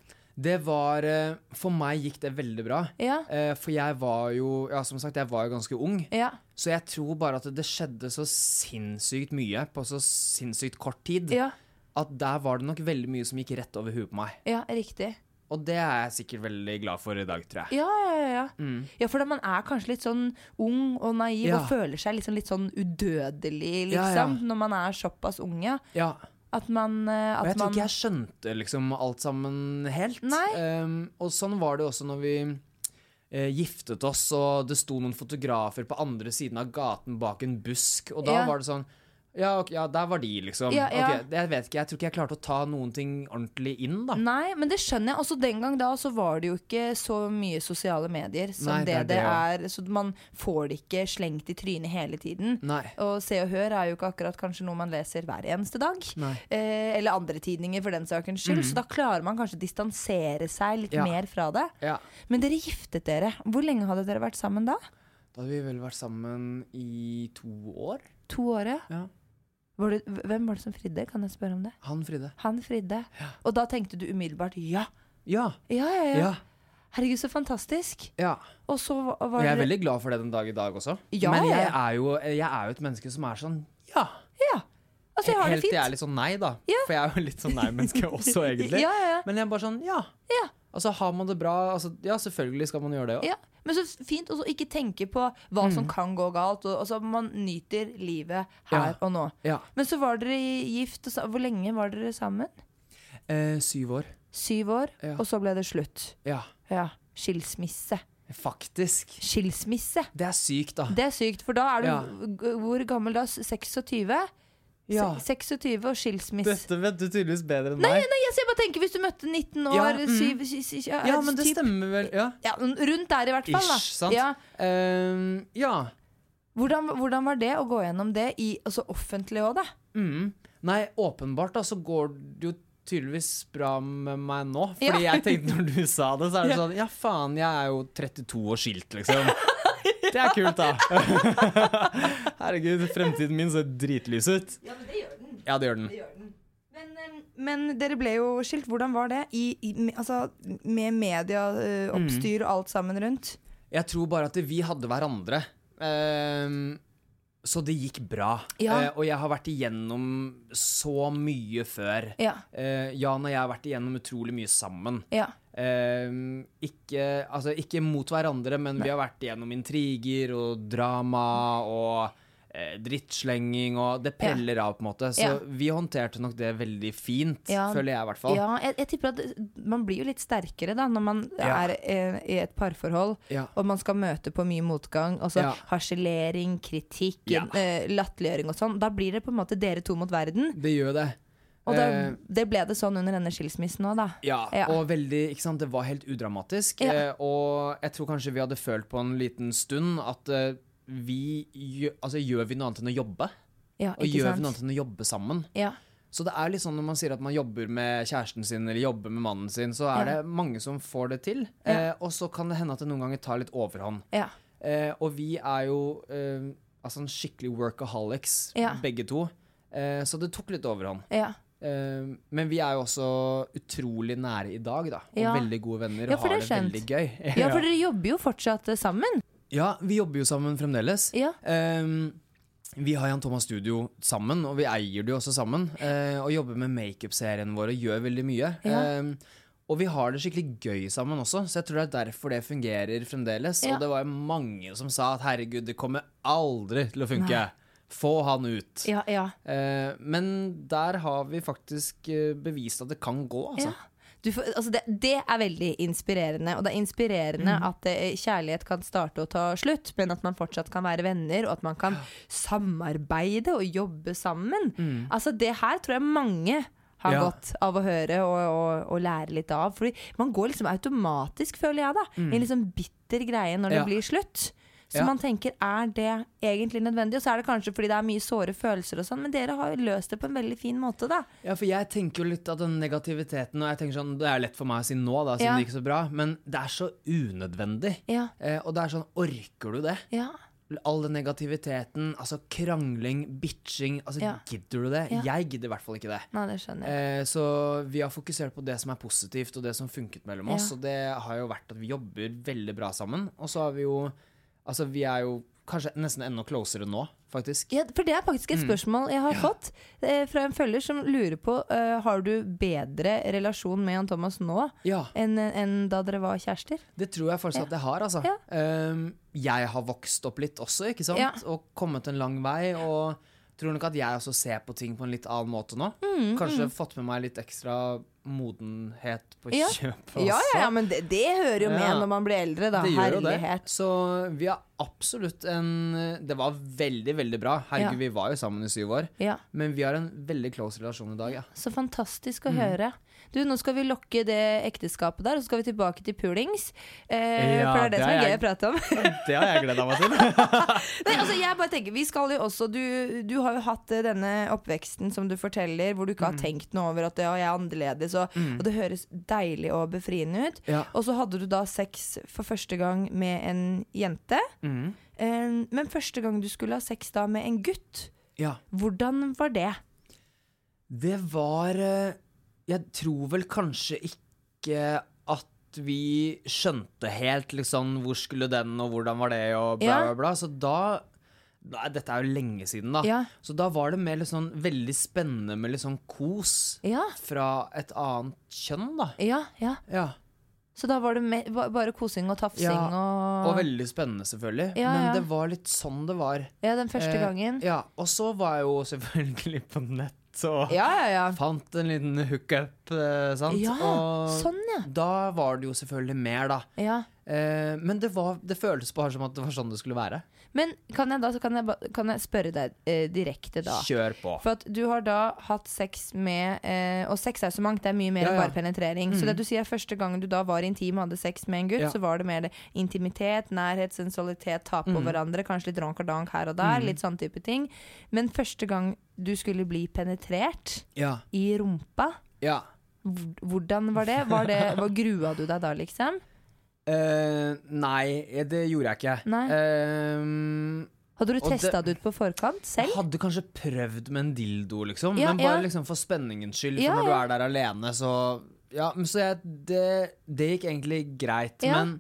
Det var eh, For meg gikk det veldig bra.
Ja.
Eh, for jeg var jo Ja, som sagt, jeg var jo ganske ung.
Ja.
Så jeg tror bare at det skjedde så sinnssykt mye på så sinnssykt kort tid
ja.
at der var det nok veldig mye som gikk rett over huet på meg.
Ja, riktig.
Og det er jeg sikkert veldig glad for i dag, tror jeg.
Ja, ja, ja. Ja, ja for da man er kanskje litt sånn ung og naiv
Mm. Ja.
og føler seg liksom litt sånn udødelig, liksom,
Ja, ja.
når man er såpass ung, ja.
Ja.
At man eh, at
Og jeg tror
man,
ikke jeg skjønte liksom alt sammen helt.
Nei.
Ehm, og sånn var det også når vi eh, giftet oss, og det sto noen fotografer på andre siden av gaten bak en busk, og da
Ja.
var det sånn Ja, ok, ja, der var de, liksom.
Ja, ja.
Ok, jeg vet ikke, jeg tror ikke jeg klarte å ta noen ting ordentlig inn, da.
Nei, men det skjønner jeg. Også den gang da så var det jo ikke så mye sosiale medier som
Nei,
det det,
også.
er. Så man får det ikke slengt i trynet hele tiden.
Nei.
Og Se og Hør er jo ikke akkurat kanskje noe man leser hver eneste dag.
Nei.
Eh, eller andre tidninger, for den sakens skyld. Så da klarer man kanskje å distansere seg litt
Ja.
mer fra det.
Ja.
Men dere giftet dere. Hvor lenge hadde dere vært sammen da?
Da hadde vi vel vært sammen i to år.
To år, ja.
Ja.
Var det, hvem var det som fridde? Kan jeg spørre om det?
Han Fride.
Han fridde. Og da tenkte du umiddelbart ja.
Ja.
Ja, ja, ja.
Ja.
Herregud, så fantastisk.
ja.
Og så var
Og
var
jeg er
dere-
veldig glad for det den dag i dag også.
Ja,
Men
ja,
jeg
ja.
er, jo, jeg er jo et menneske som er sånn ja.
Ja. Altså, jeg har
Helt
det
til jeg
fint.
er litt sånn nei, da.
Ja.
For jeg er jo litt
*laughs*
sånn nei-menneske også, egentlig.
Ja, ja, ja.
Men jeg er bare sånn ja.
Ja.
Altså, har man det bra altså, Ja, selvfølgelig skal man gjøre det òg.
Ja. Men så fint å ikke tenke på hva som kan gå galt. Og, altså, man nyter livet her
Mm. Ja.
og nå.
Ja.
Men så var dere gift. Og så, hvor lenge var dere sammen?
Eh, syv år.
Syv år.
Ja.
Og så ble det slutt.
Ja.
Ja. Skilsmisse.
Faktisk.
Skilsmisse.
Det er sykt, da.
Det er sykt, for da er du
Ja.
g- Hvor gammel da? 26?
Ja.
Se- 26 og skilsmisse.
Dette vet du tydeligvis bedre enn
Nei,
meg.
nei, jeg bare tenker hvis du møtte 19 år
Ja, mm.
syv- sy- sy- ja,
Ja, men det
typ-
stemmer vel. Ja.
Ja, rundt der i hvert fall. da.
Ish, sant?
Ja.
Eh, ja.
Hvordan, hvordan var det å gå gjennom det i, altså offentlig òg, da?
Mm. Nei, åpenbart da, så går det jo tydeligvis bra med meg nå. Fordi
Ja.
jeg tenkte når du sa det, så er det sånn Ja, faen, jeg er jo 32 og skilt, liksom. Det er
*laughs*
kult, da. Herregud, fremtiden min ser dritlys ut.
Ja, men det gjør den.
Ja, det gjør den.
Men, eh, men dere ble jo skilt. Hvordan var det? I, i, med- altså, med
Mm.
medieoppstyr og alt sammen rundt?
Jeg tror bare at vi hadde hverandre. Ehm, så det gikk bra.
Ja.
Eh, og jeg har vært igjennom så mye før.
Ja.
Eh, Jan og jeg har vært igjennom utrolig mye sammen.
Ja.
Ehm, ikke, altså, ikke mot hverandre, men vi har vært igjennom intriger og drama og eh, drittslenging og Det preller av, på en måte. Så
Ja.
vi håndterte nok det veldig fint,
Ja.
føler jeg i hvert fall.
Ja, jeg, jeg tipper at eh, man blir jo litt sterkere da når man
Ja.
er eh, i et parforhold
Ja.
og man skal møte på mye motgang. Altså
Ja.
harselering, kritikk,
Ja.
eh, latterliggjøring og sånn. Da blir det på en måte dere to mot verden.
Det gjør det.
Og det,
Eh,
det ble det sånn under denne skilsmissen òg, da.
Ja,
Ja.
og veldig, ikke sant, det var helt udramatisk.
Ja.
Eh, og jeg tror kanskje vi hadde følt på en liten stund at eh, vi gjør, altså, gjør vi noe annet enn å jobbe?
Ja,
Og
ikke
gjør vi noe
sant?
annet enn å jobbe sammen?
Ja.
Så det er litt sånn når man sier at man jobber med kjæresten sin eller jobber med mannen sin, så er
Ja.
det mange som får det til.
Ja.
Eh, og så kan det hende at det noen ganger tar litt overhånd.
Ja.
Eh, og vi er jo eh, altså en skikkelig workaholics,
Ja.
begge to. Eh, så det tok litt overhånd.
Ja.
Eh, men vi er jo også utrolig nære i dag, da. Og
Ja.
veldig gode venner
Ja,
og
for
har
det
det,
er skjønt.
veldig gøy.
ja,
*laughs*
for dere jobber jo fortsatt eh, sammen.
Ja, vi jobber jo sammen fremdeles.
Ja.
Ehm, vi har Jan Thomas Studio sammen, og vi eier det jo også sammen. eh, og jobber med makeup-serien vår og gjør veldig mye.
Ja.
Ehm, og vi har det skikkelig gøy sammen også, så jeg tror det er derfor det fungerer fremdeles.
Ja.
Og det var jo mange som sa at herregud, det kommer aldri til å funke. Få han ut.
Ja, ja.
Eh, men der har vi faktisk eh, bevist at det kan gå, altså.
Du får, altså det, det er veldig inspirerende. Og det er inspirerende
Mm.
at eh, kjærlighet kan starte og ta slutt, men at man fortsatt kan være venner, og at man kan samarbeide og jobbe sammen. Altså Det her tror jeg mange har
Mm. Ja.
godt av å høre og, og, og lære litt av. Fordi man går liksom automatisk, føler jeg, da i en liksom bitter greie når det
Mm. Ja.
blir slutt. Så
Ja.
man tenker er det egentlig nødvendig? Og så er det kanskje fordi det er mye såre følelser og sånn, men dere har jo løst det på en veldig fin måte, da.
Ja, for jeg tenker jo litt at den negativiteten Og jeg tenker sånn, det er lett for meg å si nå da Siden
Ja.
det gikk så bra Men det er så unødvendig
Ja.
eh, Og det er sånn, orker du det?
Ja.
All den negativiteten, altså krangling, bitching Altså,
Ja.
gidder du det?
Ja.
Jeg gidder i hvert fall ikke det
Nei, det skjønner jeg.
eh, Så vi har fokusert på det som er positivt Og det som funket mellom oss
Ja.
Og det har jo vært at vi jobber veldig bra sammen Og så har vi jo, altså vi er jo Kanskje nesten enda closere nå, faktisk
Ja, for det er faktisk
Mm.
et spørsmål jeg har fått eh, fra en følger som lurer på eh, Har du bedre relasjon med Jan Thomas nå
Ja,
enn enn da dere var kjærester?
Det tror jeg faktisk at jeg har. Altså.
Ja.
Ehm, jeg har vokst opp litt også, ikke sant?
Ja.
og kommet en lang vei.
Mm,
Og tror nok at jeg også ser på ting på en litt annen måte nå. Kanskje fått med meg litt ekstra modenhet på
Ja.
kjøpet.
Ja, ja, ja,
altså.
men det, det hører jo med
Ja.
når man blir eldre, da.
Det gjør jo det.
Herlighet.
Så vi har absolutt en Det var veldig, veldig bra. Herregud,
Ja.
vi var jo sammen i syv år.
Ja.
Men vi har en veldig close relasjon i dag, ja.
Så fantastisk
Mm.
å høre. Du, Nå skal vi lokke det ekteskapet der, og så skal vi tilbake til pulings. Eh,
Ja,
for det er det,
det
som
er
er gøy
jeg-
å prate om.
*laughs* Det har jeg gleda meg til.
Nei, altså jeg bare tenker, vi skal jo også du, du har jo hatt eh, denne oppveksten som du forteller, hvor du ikke har tenkt noe over at ja, jeg er annerledes, og, og det høres deilig og befriende ut.
Ja.
Og så hadde du da sex for første gang med en jente. Eh, men første gang du skulle ha sex da med en gutt,
Ja.
hvordan var det?
Det var eh, Jeg tror vel kanskje ikke at vi skjønte helt liksom hvor skulle den, og hvordan var det, og bla,
Ja.
bla, bla. Så da Nei, dette er jo lenge siden, da.
Ja.
Så da var det mer litt sånn veldig spennende med litt sånn kos
Ja,
fra et annet kjønn, da.
ja, ja.
Ja.
Så da var det me ba- bare kosing og tafsing
Ja,
og,
Og veldig spennende, selvfølgelig.
Ja,
Men
ja.
det var litt sånn det var.
Ja, den første
Eh,
gangen.
Ja. Og så var jeg jo selvfølgelig på nett og
Ja, ja, ja.
fant en liten hookup, eh, sant.
Ja,
og
sånn, ja.
da var det jo selvfølgelig mer, da.
ja.
Eh, men det, var, det føltes bare som at det var sånn det skulle være.
Men kan jeg da så kan jeg, ba- kan jeg spørre deg eh, direkte, da?
Kjør på.
For at du har da hatt sex med eh, Og sex er så mangt, det er mye mer
Ja,
enn
ja.
bare penetrering. Så det du sier er første gangen du da var intim og hadde sex med en gutt,
Ja.
så var det mer det intimitet, nærhet, sensualitet, ta
Mm.
på hverandre, kanskje litt ronkadank her og der, litt sånn type ting. Men første gang du skulle bli penetrert
Ja.
i rumpa,
ja.
hvor- hvordan var det? Var det
*laughs*
var, grua du deg da, liksom?
Eh, nei, det gjorde jeg ikke.
Nei.
Eh,
Hadde du
Og det-
testa det ut på forkant
jeg
selv?
hadde kanskje prøvd med en dildo, liksom.
Ja,
men bare
ja.
liksom for spenningens skyld.
Ja,
for når
ja.
du er der alene, så Ja, men så jeg, det, det gikk egentlig greit.
Ja.
Men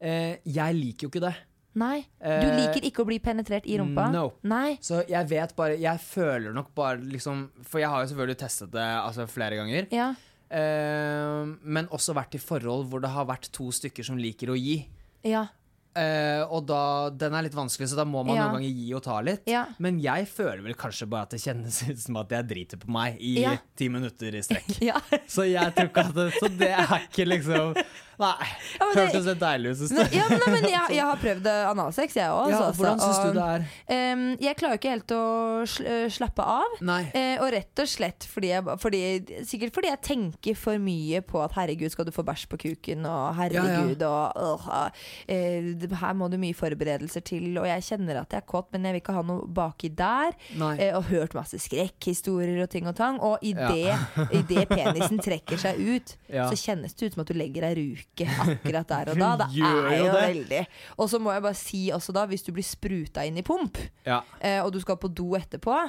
eh, jeg liker jo ikke det.
Nei. Du
Eh,
liker ikke å bli penetrert i rumpa?
no.
Nei.
Så jeg vet bare Jeg føler nok bare liksom For jeg har jo selvfølgelig testet det altså, flere ganger.
Ja.
Eh, men også vært i forhold hvor det har vært to stykker som liker å gi.
Ja.
Eh, og da, den er litt vanskelig, så da må man
Ja.
noen ganger gi og ta litt.
Ja.
Men jeg føler vel kanskje bare at det kjennes ut som at jeg driter på meg i
Ja.
ti minutter i
*laughs*
strekk.
ja.
Så jeg tror ikke at det, Så det er ikke liksom Nei.
Ja, men det-
Hørtes litt deilig
Nei,
ut. synes jeg.
ja, men- nei, men jeg, jeg har prøvd eh, analsex, jeg òg.
Ja, hvordan syns
um,
du det er?
Ehm, jeg klarer ikke helt å sl eh, slappe av.
Nei.
Eh, og rett og slett fordi jeg, ba- fordi, sikkert fordi jeg tenker for mye på at herregud, skal du få bæsj på kuken, og herregud, og øh, eh, det- her må det mye forberedelser til, og jeg kjenner at jeg er kåt, men jeg vil ikke ha noe baki der.
Nei.
Eh, og hørt masse skrekkhistorier og ting og tang, og i
Ja.
det, i det penisen trekker seg ut,
*laughs* Ja.
så kjennes det ut som at du legger ei ruke akkurat der og da. Det
Gjør
er
jo
jo
det.
veldig. Og så må jeg bare si også da, hvis du blir spruta inn i pump,
Ja.
eh, og du skal på do etterpå.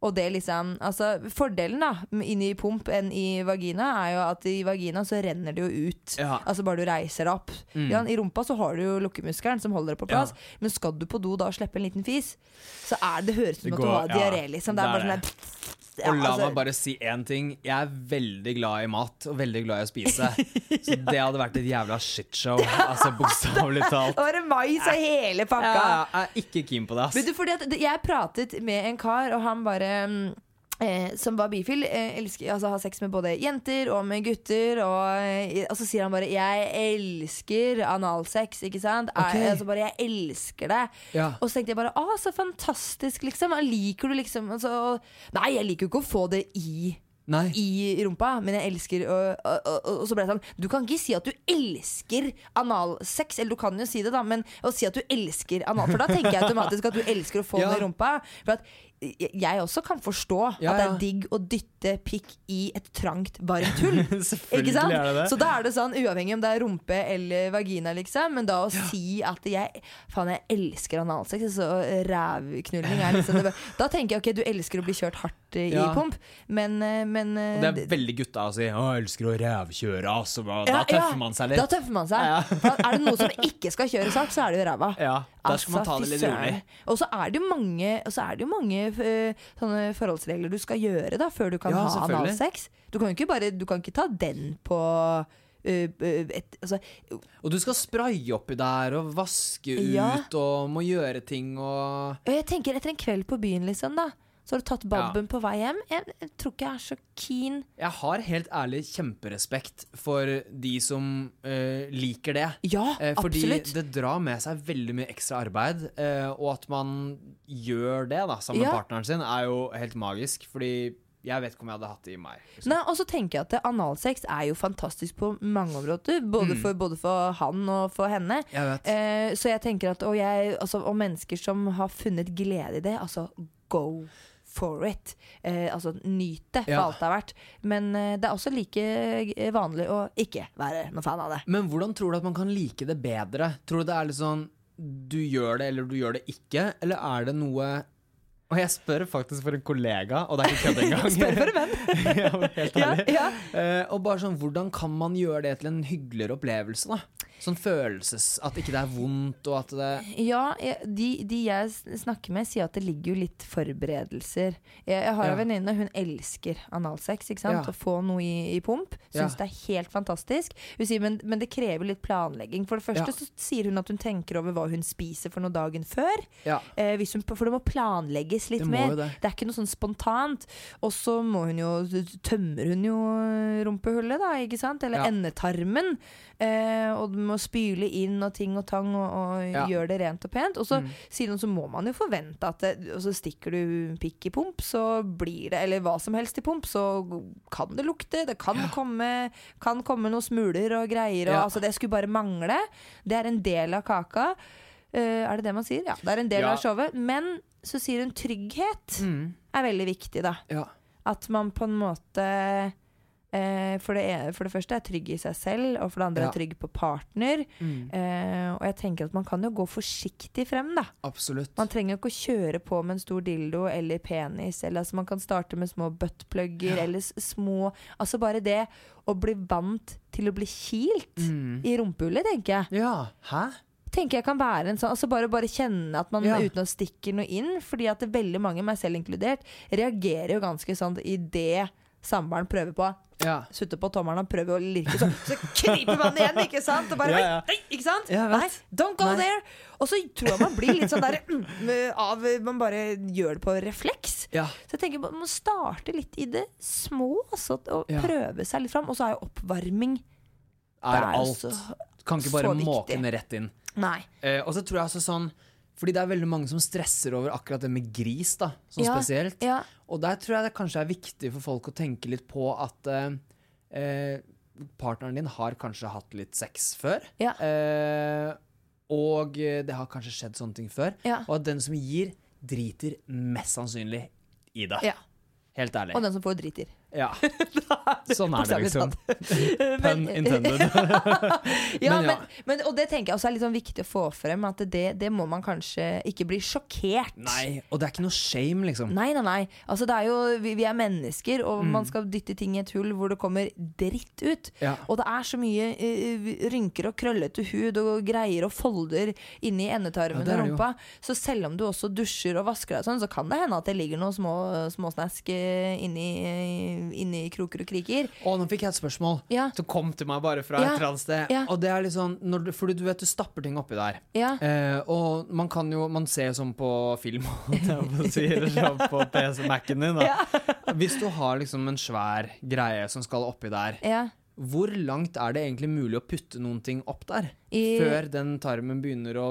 Og det liksom, altså Fordelen da inn i pump enn i vagina er jo at i vagina så renner det jo ut.
Ja. Mm.
Altså Bare du reiser deg opp. Ja, I rumpa så har du jo lukkemuskelen som holder det på plass. Men skal du på do da og slippe en liten fis, så er det høres ut som
Det
at du
går-
har
ja,
diaré. Liksom. Det er
det er
bare
det.
sånn der-
Og la
altså,
meg bare si én ting. Jeg er veldig glad i mat og veldig glad i
*laughs*
å spise. Så det hadde vært et jævla shitshow. Altså bokstavelig talt.
*laughs* Det var mais og hele pakka.
Jeg er ikke keen på det,
Vet
ass.
du, fordi at det- jeg pratet med en kar, og han bare mm, Eh, som var bifil. Eh, elsker, altså, har sex med både jenter og med gutter. Og, eh, og så sier han bare 'jeg elsker analsex', ikke sant?
Ok.
Er, altså bare 'jeg elsker det'.
Ja.
Og så tenkte jeg bare 'å, så fantastisk', liksom. Liker du liksom altså, og- Nei, jeg liker jo ikke å få det i
Nei.
i rumpa, men jeg elsker å, å, å, å- Og så ble det sånn Du kan ikke si at du elsker analsex, eller du kan jo si det, da, men å si at du elsker anal For da tenker jeg automatisk at du elsker å få
*laughs* Ja.
den i rumpa. For at jeg- jeg også kan forstå
Ja,
at det
ja.
er digg å dytte pikk i et trangt, varmt hull. Ikke
*laughs* Selvfølgelig
sant?
er det det.
Så da er det sånn, uavhengig om det er rumpe eller vagina, liksom, men da å si at jeg Faen, jeg elsker analsex, så rævknulling er liksom det bare-
*laughs*
Da tenker jeg ok, du elsker å bli kjørt hardt eh, i
Ja.
pump, men, eh, men eh,
Og det
det-
er veldig gutta å si 'Å, jeg elsker å rævkjøre', ass. Og bare-
ja,
Da
ja,
tøffer man seg
Da
litt.
tøffer man seg.
Ja.
For er det noe som ikke skal kjøres hardt, så er det jo ræva.
Ja, der skal
Altså,
man ta det
fy
litt
søren.
rolig.
Og så er det jo mange, og så er det jo mange eh, sånne forholdsregler du skal gjøre da, før du kan
Ja,
ha
selvfølgelig.
analsex. Du kan jo ikke bare Du kan ikke ta den på eh, eh, et, altså,
Og du skal spraye oppi der og vaske ut
Ja.
og må gjøre ting og
jeg tenker etter en kveld på byen, liksom, da. Så har du tatt babben på vei hjem. Jeg, jeg tror ikke jeg er så keen.
Jeg har helt ærlig kjemperespekt for de som eh, liker det.
Ja,
Eh, fordi
absolutt.
det drar med seg veldig mye ekstra arbeid, eh, og at man gjør det da sammen med
Ja.
partneren sin, er jo helt magisk. Fordi jeg vet ikke om jeg hadde hatt det i meg. liksom.
Nei, og så tenker jeg at Analsex er jo fantastisk på mange områder,
Mm.
både, for, både for han og for henne.
Jeg vet.
Eh, så jeg tenker at og, jeg, altså, og mennesker som har funnet glede i det, altså go for it. Eh, altså nyt det for
Ja.
alt det er verdt. Men eh, det er også like eh, vanlig å ikke være noen fan av det.
Men hvordan tror du at man kan like det bedre? Tror du det er litt sånn du gjør det eller du gjør det ikke, eller er det noe Og jeg spør faktisk for en kollega, og det
*laughs*
er ikke kødd engang.
Spør for en venn.
*laughs* Ja, men helt
Ja,
ærlig.
ja.
Eh, og bare sånn, hvordan kan man gjøre det til en hyggeligere opplevelse, da? Sånn følelses... At ikke det er vondt, og at det
Ja, jeg- de, de jeg s- snakker med sier at det ligger jo litt forberedelser. Jeg, jeg har
Ja.
en venninne, hun elsker analsex. ikke sant?
Ja.
Å få noe i, i pump. Syns det
Ja.
er helt fantastisk. Hun sier, men, men det krever litt planlegging. For det
Ja.
første så sier hun at hun tenker over hva hun spiser for noe dagen før.
Ja.
Eh, hvis hun, for det må planlegges litt
Det må
mer.
jo
Det.
det.
er ikke noe sånn spontant. Og så må hun jo tømmer hun jo eh, rumpehullet, da, ikke sant? Eller
Ja.
endetarmen. Eh, og du må spyle inn og ting og tang og, og
Ja. Mm.
gjøre det rent og pent. Og så sier hun så må man jo forvente at det, Og så stikker du pikk i pump, så blir det Eller hva som helst i pump, så kan det lukte. Det kan, komme, kan komme noen smuler og greier. Og,
Ja.
Altså, det skulle bare mangle. Det er en del av kaka. Eh, er det det man sier? Ja, det er en del
Ja. Mm.
av showet. Men så sier hun trygghet er veldig viktig, da.
ja.
At man på en måte eh, for, det er, for det første er trygg i seg selv, og for det andre
Ja.
er trygg på partner.
Mm.
Eh, og jeg tenker at man kan jo gå forsiktig frem, da.
Absolutt.
Man trenger jo ikke å kjøre på med en stor dildo eller penis. Eller altså Man kan starte med små buttplugger eller s- små Altså bare det å bli vant til å bli kilt
Mm.
i rumpehullet, tenker jeg
Ja. Hæ?
tenker jeg kan være en sånn altså bare, bare kjenne at man
Ja.
uten å stikke noe inn. Fordi at det veldig mange, meg selv inkludert, reagerer jo ganske sånn i det samboeren prøver på.
Ja.
Sutter på tommelen og prøver å lirke sånn. Så kryper man igjen, ikke sant? Og bare,
Ja, ja.
Nei, nei, ikke sant?
Ja, jeg vet.
Nei, don't go
Nei.
there! Og så tror jeg man blir litt sånn der mm, av Man bare gjør det på refleks.
Ja.
Så jeg tenker man må starte litt i det små altså, og
Ja.
prøve seg litt fram. Og så er jo oppvarming Det
Er
er jo
alt.
så-
Kan ikke bare
så viktig.
måke den rett inn.
Nei.
Eh, og så tror jeg også sånn Fordi det er veldig mange som stresser over akkurat det med gris, da. Sånn
Ja,
spesielt.
ja.
Og der tror jeg det kanskje er viktig for folk å tenke litt på at eh, eh, partneren din har kanskje hatt litt sex før.
Ja.
Eh, og eh, det har kanskje skjedd sånne ting før.
Ja.
Og at den som gir, driter mest sannsynlig i det.
Ja.
Helt ærlig.
Og den som får driter. *laughs*
Ja. sånn er det,
bokstavelig
liksom. *laughs*
Men-
Pun intended.
*laughs*
*laughs*
Ja,
Men
men,
ja.
men, og det tenker jeg også er litt sånn viktig å få frem. At det, det må man kanskje ikke bli sjokkert.
Nei, og det er ikke noe shame, liksom.
Nei, nei, nei. Altså, det er jo, vi, vi er mennesker, og
Mm.
man skal dytte ting i et hull hvor det kommer dritt ut.
Ja.
Og det er så mye eh, rynker og krøllete hud og greier og folder inni endetarmen
Ja, det er
og
det jo.
rumpa. Så selv om du også dusjer og vasker deg, og sånn, så kan det hende at det ligger noen små, småsnask eh, inni, eh, inni kroker og kriker.
Å, nå fikk jeg et spørsmål
Ja.
som kom til meg bare fra
Ja.
et eller annet sted.
Ja.
Og det er litt sånn, når du, fordi du vet du stapper ting oppi der.
Ja.
Eh, og man kan jo Man ser jo sånn på film *laughs* holdt jeg
*laughs*
på å si, eller sånn på PC Mac-en din. Da. Hvis du har liksom en svær greie som skal oppi der,
Ja.
hvor langt er det egentlig mulig å putte noen ting opp der?
I-
før den tarmen begynner å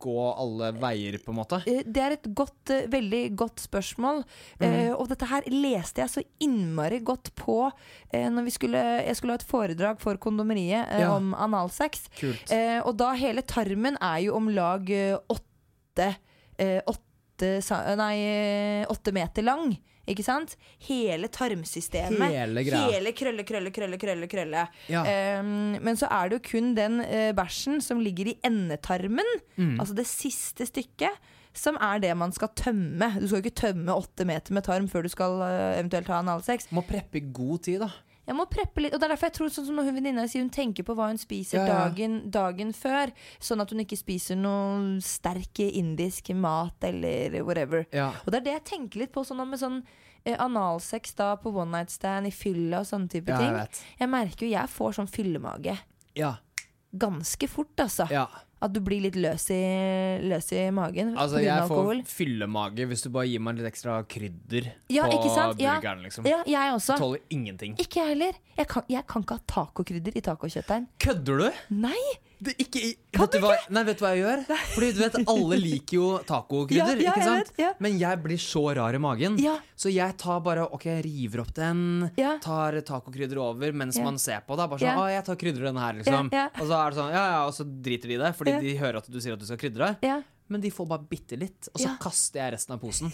gå alle veier, på en måte?
Eh, Det er et godt, eh, veldig godt spørsmål. Eh, og dette her leste jeg så innmari godt på eh, når vi skulle, jeg skulle ha et foredrag for kondomeriet eh,
Ja.
om analsex.
Kult.
Eh, og da hele tarmen er jo om lag eh, åtte, eh, åtte sa- Nei, eh, åtte meter lang. Ikke sant? Hele tarmsystemet.
Hele greia.
Hele krølle, krølle, krølle, krølle. krølle.
Ja.
Eh, men så er det jo kun den eh, bæsjen som ligger i endetarmen,
Mm.
altså det siste stykket, som er det man skal tømme. Du skal jo ikke tømme åtte meter med tarm før du skal eh, eventuelt ha analsex.
Må preppe i god tid, da.
Jeg må preppe litt, og det er derfor jeg tror sånn som når hun venninna sier hun tenker på hva hun spiser
Ja, ja.
Dagen, dagen før, sånn at hun ikke spiser noe sterk indisk mat eller whatever.
Ja.
Og det er det jeg tenker litt på sånn med sånn eh, analsex da på one night stand i fylla og sånne type
Ja, jeg
ting.
vet.
Jeg merker jo jeg får sånn fyllemage
Ja.
ganske fort, altså.
ja.
At du blir litt løs i, løs i magen
Altså,
pga.
jeg får
alkohol?
fyllemage hvis du bare gir meg litt ekstra krydder
Ja,
på
ikke sant? Ja.
burgeren, liksom.
Ja, jeg også.
Tåler ingenting.
Ikke jeg heller. Jeg kan, jeg kan ikke ha tacokrydder i tacokjøttdeigen.
Kødder du?
Nei!
Det, ikke, i- vet du hva, nei, vet du hva jeg gjør? Fordi du vet, Alle liker jo
*laughs* Ja, ja,
tacokrydder,
jeg
ikke sant?
vet, ja.
Men jeg blir så rar i magen.
Ja.
Så jeg tar bare, ok, jeg river opp den,
Ja.
tar tacokrydder over mens
Ja.
man ser på. da Bare sånn,
Ja.
å, jeg tar krydder i denne her, liksom.
Ja, ja.
Og så er det sånn, ja, ja, og så driter de i det, fordi
Ja.
de hører at du sier at du skal krydre.
Ja.
Men de får bare bitte litt, og så
Ja.
kaster jeg resten av posen.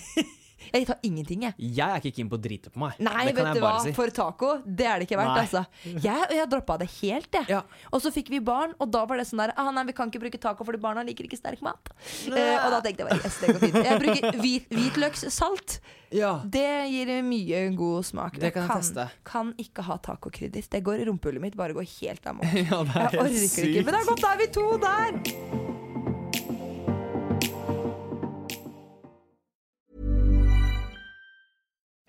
Jeg tar ingenting, jeg.
Jeg er ikke keen på å drite på meg.
Nei,
det kan
vet du
jeg
hva.
bare si.
For taco, det er det ikke verdt,
Nei.
altså. Jeg, jeg droppa det helt, jeg.
Ja.
Og så fikk vi barn, og da var det sånn der ah, Nei, vi kan ikke bruke taco fordi barna liker ikke sterk mat. Eh, og da tenkte jeg bare yes, det går fint. Jeg bruker hvit, hvitløkssalt.
Ja.
Det gir mye god smak.
Det kan jeg teste.
kan ikke ha tacokrydder. Det går rumpehullet mitt bare går helt amok.
*laughs* ja, det er
Jeg
helt
orker ikke. Men det er
sykt.
godt, da er vi to der!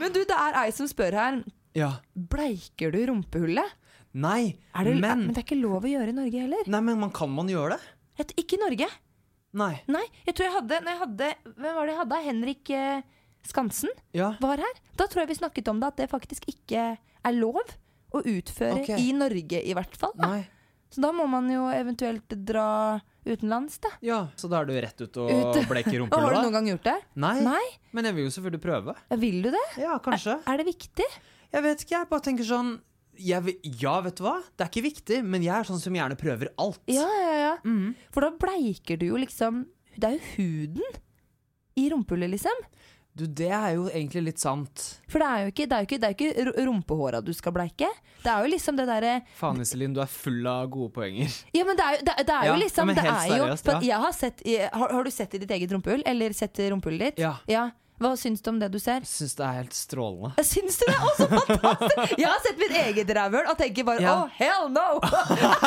Men du, det er ei som spør her.
Ja.
Bleiker du rumpehullet?
Nei,
Er det,
men,
men det er ikke lov å gjøre i Norge heller.
nei, men man kan man gjøre det?
Et, ikke i Norge.
Nei.
Nei, jeg tror jeg hadde, når jeg hadde Hvem var det jeg hadde? Henrik eh, Skansen
Ja.
var her. Da tror jeg vi snakket om det, at det faktisk ikke er lov å utføre
Ok.
i Norge, i hvert fall. Da.
Nei.
Så da må man jo eventuelt dra utenlands, da.
Ja, så da er du rett ut og
Ut. *laughs* Og
bleker
har du noen
rumpehullet?
gang gjort det?
Nei,
Nei?
men jeg vil jo selvfølgelig prøve.
Ja, Vil du det?
Ja, kanskje.
Er det viktig?
Jeg vet ikke, jeg bare tenker sånn jeg, vil- Ja, vet du hva? Det er ikke viktig, men jeg er sånn som gjerne prøver alt.
Ja, ja, ja.
Mm.
For da bleiker du jo liksom Det er jo huden i rumpehullet, liksom.
Du, det er jo egentlig litt sant.
For det er jo ikke, det er jo ikke, det er jo ikke ru- rumpehåra du skal bleike. Det er jo liksom det derre
Faen, Iselin, du er full av gode poenger.
Ja, men det er jo, det, det er
Ja,
jo liksom
men
det
helt
er jo,
seriøst,
for
ja.
jeg har, sett, i- har, har du sett i ditt eget rumpehull? Eller sett i rumpehullet ditt?
Ja.
Hva syns du om det du ser?
Syns det er helt strålende.
Syns du det? Å, så fantastisk! Jeg har sett mitt eget rævhull og tenker bare
Ja.
oh, hell no!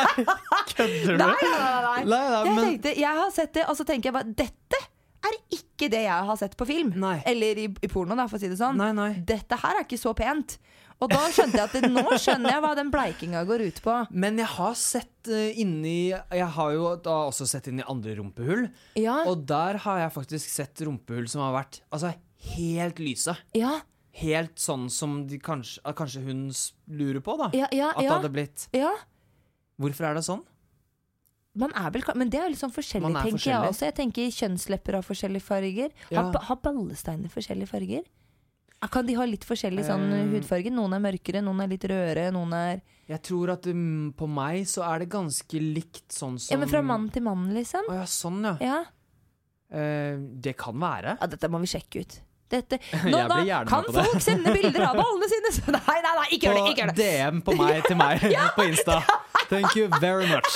Kødder
Nei, nei, nei, nei.
Nei, nei,
jeg,
men-
tenkte, jeg har sett det, og så tenker jeg bare Dette er ikke det jeg har sett på film.
Nei.
Eller i, i porno, da, for å si det sånn.
Nei, nei.
Dette her er ikke så pent. Og da skjønte jeg at det, nå skjønner jeg hva den bleikinga går ut på.
Men jeg har sett eh, inni Jeg har jo da også sett inni andre rumpehull.
Ja,
Og der har jeg faktisk sett rumpehull som har vært altså, helt lyse.
ja,
Helt sånn som de kanskje, ah, kanskje hun s- lurer på, da.
Ja, ja,
At det
ja.
hadde blitt
ja.
Hvorfor er det sånn?
Man er vel, men det er jo litt sånn forskjellig,
Man er
tenker
forskjellig.
jeg også. Jeg tenker Kjønnslepper har forskjellige farger. Har,
Ja.
ba- har ballesteiner forskjellige farger? Ah, Kan de ha litt forskjellig sånn
Eh.
hudfarge? Noen er mørkere, noen er litt rødere, noen er
Jeg tror at mm, på meg så er det ganske likt sånn som
Ja, men fra mann til mann, liksom?
Å ja, sånn ja.
Ja.
Eh, det kan være.
ja, dette må vi sjekke ut.
*laughs*
Dette.
Jeg
Nå,
blir
da
gjerne med
kan
på det.
folk sende bilder av ballene sine! Så- Nei, nei, nei, ikke gjør det! ikke gjør det
DM på meg til meg
*laughs*
på Insta. Thank you very much.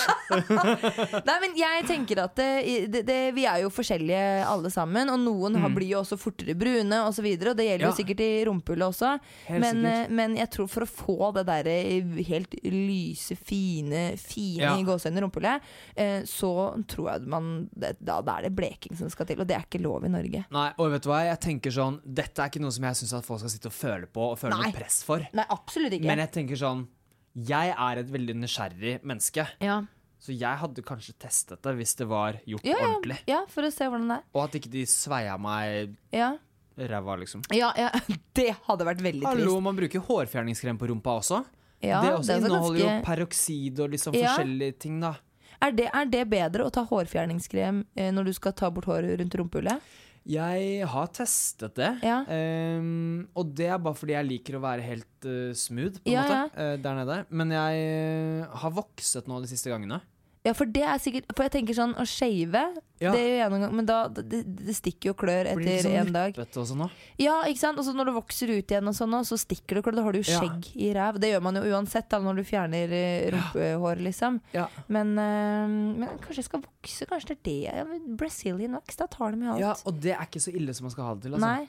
Nei, men jeg tenker at det, det, det, Vi er jo forskjellige alle sammen, og noen har, blir jo også fortere brune osv. Og, så videre, og det gjelder
Mm. Ja.
jo sikkert i rumpehullet også.
Helt
Men,
sikkert.
eh, men jeg tror for å få det der eh, helt lyse, fine, fine
Ja.
i gåseøynene rumpehullet, eh, så tror jeg man det, da, da er det bleking som skal til, og det er ikke lov i Norge.
Nei, og vet du hva, jeg tenker sånn Dette er ikke noe som jeg syns folk skal sitte og føle på og føle
Nei.
noe press for.
Nei, absolutt ikke.
Men jeg tenker sånn Jeg er et veldig nysgjerrig menneske,
ja.
så jeg hadde kanskje testet det hvis det var gjort
Ja, ja,
ordentlig.
ja, for å se hvordan det er.
Og at ikke de sveia meg
Ja.
ræva, liksom.
Ja, ja, *laughs* det hadde vært veldig
Hallo,
trist.
man bruker hårfjerningskrem på rumpa også.
Ja,
det også
er også
inneholder jo
ganske-
peroksid og liksom
Ja.
forskjellige ting, da.
er, det, er det bedre å ta hårfjerningskrem eh, når du skal ta bort håret rundt rumpehullet?
Jeg har testet det,
Ja.
ehm, og det er bare fordi jeg liker å være helt eh, smooth på en
Ja,
måte, eh, der nede. Men jeg eh, har vokset nå de siste gangene.
Ja, for det er sikkert For jeg tenker sånn å shave,
Ja.
det gjør jeg noen ganger, men da det, det stikker jo klør
Blir litt
etter
sånn
en dag.
vippete og sånn da.
Ja, ikke sant? Og så når det vokser ut igjen, og sånn, og så stikker det klør. Da har du jo
Ja.
skjegg i ræv. Det gjør man jo uansett da, når du fjerner eh, rumpehår, liksom.
Ja.
Men, eh, men kanskje jeg skal vokse. Kanskje det er det. Ja, men Brazilian wax, da tar de jo alt.
ja, og det er ikke så ille som man skal ha det til. Altså.
Nei.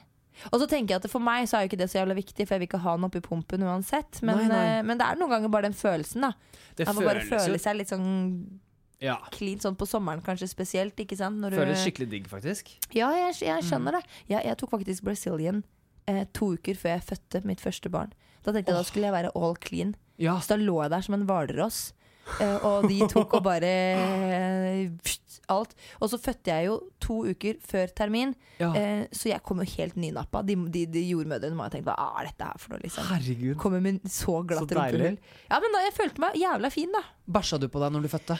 Og så tenker jeg at For meg så er jo ikke det så jævla viktig, for jeg vil ikke ha den oppi pumpen uansett. Men,
Nei, nei.
eh, men det er noen ganger bare den følelsen. da
Det
At man bare
jo-
føler seg litt sånn
ja.
clean sånn på sommeren, kanskje spesielt. ikke sant? Når du-
Føles skikkelig Mm. digg, faktisk.
Ja, jeg, jeg skjønner det. Jeg, jeg tok faktisk Brazilian eh, to uker før jeg fødte mitt første barn. Da tenkte jeg da skulle jeg være all clean.
Ja.
Så da lå jeg der som en hvalross. eh, og de tok og bare eh, pst, alt. Og så fødte jeg jo to uker før termin,
Ja.
eh, så jeg kom jo helt nynappa. De, de, de jordmødrene må ha tenkt hva er dette her for noe, liksom.
Herregud.
Kommer med en så glatt
Så deilig.
rumpehull. Ja, men da, jeg følte meg jævla fin, da.
Bæsja du på deg når du fødte?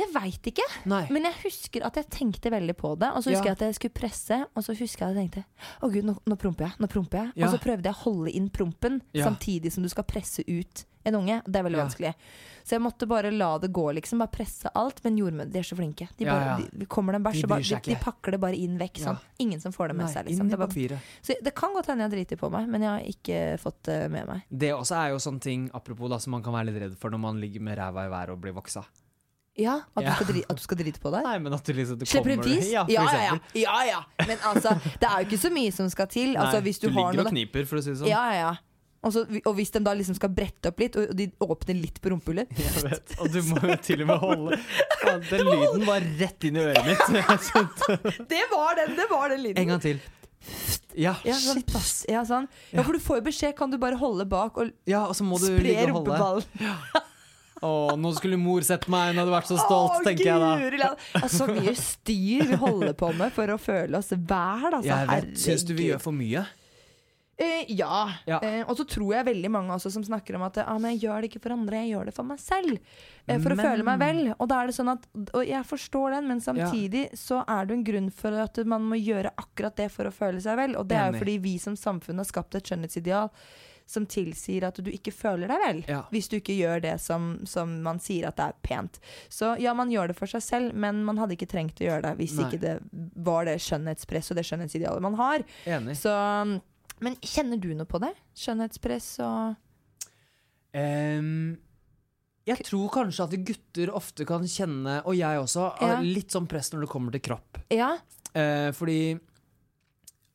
Jeg veit ikke.
Nei.
Men jeg husker at jeg tenkte veldig på det. Og så husker jeg
Ja.
at jeg skulle presse, og så husker jeg at jeg tenkte Å gud, nå, nå promper jeg. nå promper jeg
Ja.
Og så prøvde jeg å holde inn prompen
Ja.
samtidig som du skal presse ut en unge. Det er veldig
Ja.
vanskelig. Så jeg måtte bare la det gå, liksom. Bare presse alt. Men jordmødre de er så flinke. De
Ja,
bare,
ja.
De, kommer det en bæsj,
De
så bare-
bryr seg
de, de
ikke.
pakker det bare inn vekk.
Ja.
Sånn. Ingen som får det med
Nei,
seg.
inn
Liksom.
i
Det, er bare,
papiret.
så det kan godt hende jeg driter på meg, men jeg har ikke fått det med meg.
Det også er jo sånne ting apropos da, som man kan være litt redd for når man ligger med ræva i været og blir voksa.
Ja, At,
Ja.
Du, skal drite, at du skal drite på deg?
Nei, men at du liksom du
Slipper en
kommer-
pris?
Ja, for
ja, ja,
eksempel.
ja, ja, ja. Men altså, det er jo ikke så mye som skal til. Altså,
Nei,
hvis du, har
ligger
noe
og kniper, for å si det sånn.
Ja, ja, ja. Og, så, og hvis de da liksom skal brette opp litt, og de åpner litt på rumpehullet
*laughs* Jeg vet, og du må jo til og med holde Ja, Den lyden var rett inn i øret
*laughs*
mitt. *laughs* Jeg
*laughs*
skjønte.
Det var den! Det var den lyden.
En gang til. Ja,
Ja, sånn,
shit, ass.
ja, sånn. ja, for du får jo beskjed. Kan du bare holde bak og
Ja, og så må du
spre
ligge og holde.
rumpeballen?
Å, nå skulle mor sett meg, hun hadde vært så stolt,
Å,
tenker jeg da.
Guri land. Ja, Så mye styr vi holder på med for å føle oss vel, altså.
Jeg vet, Syns du vi
Herregud.
gjør for mye?
Eh, ja.
Ja.
Eh, og så tror jeg veldig mange også som snakker om at ah, men jeg gjør det ikke for andre, jeg gjør det for meg selv. Eh, for å
Men-
føle meg vel. Og da er det sånn at Og jeg forstår den, men samtidig så er det jo en grunn for at man må gjøre akkurat det for å føle seg vel. Og det er
Enig.
jo fordi vi som samfunn har skapt et skjønnhetsideal som tilsier at du ikke føler deg vel.
Ja.
Hvis du ikke gjør det som, som man sier at det er pent. Så ja, man gjør det for seg selv, men man hadde ikke trengt å gjøre det hvis
Nei.
ikke det var det skjønnhetspress og det skjønnhetsidealet man har.
Enig.
Så, men kjenner du noe på det? Skjønnhetspress og
Ehm, jeg tror kanskje at gutter ofte kan kjenne, og jeg også,
Ja.
litt sånn press når det kommer til kropp.
Ja.
Eh, fordi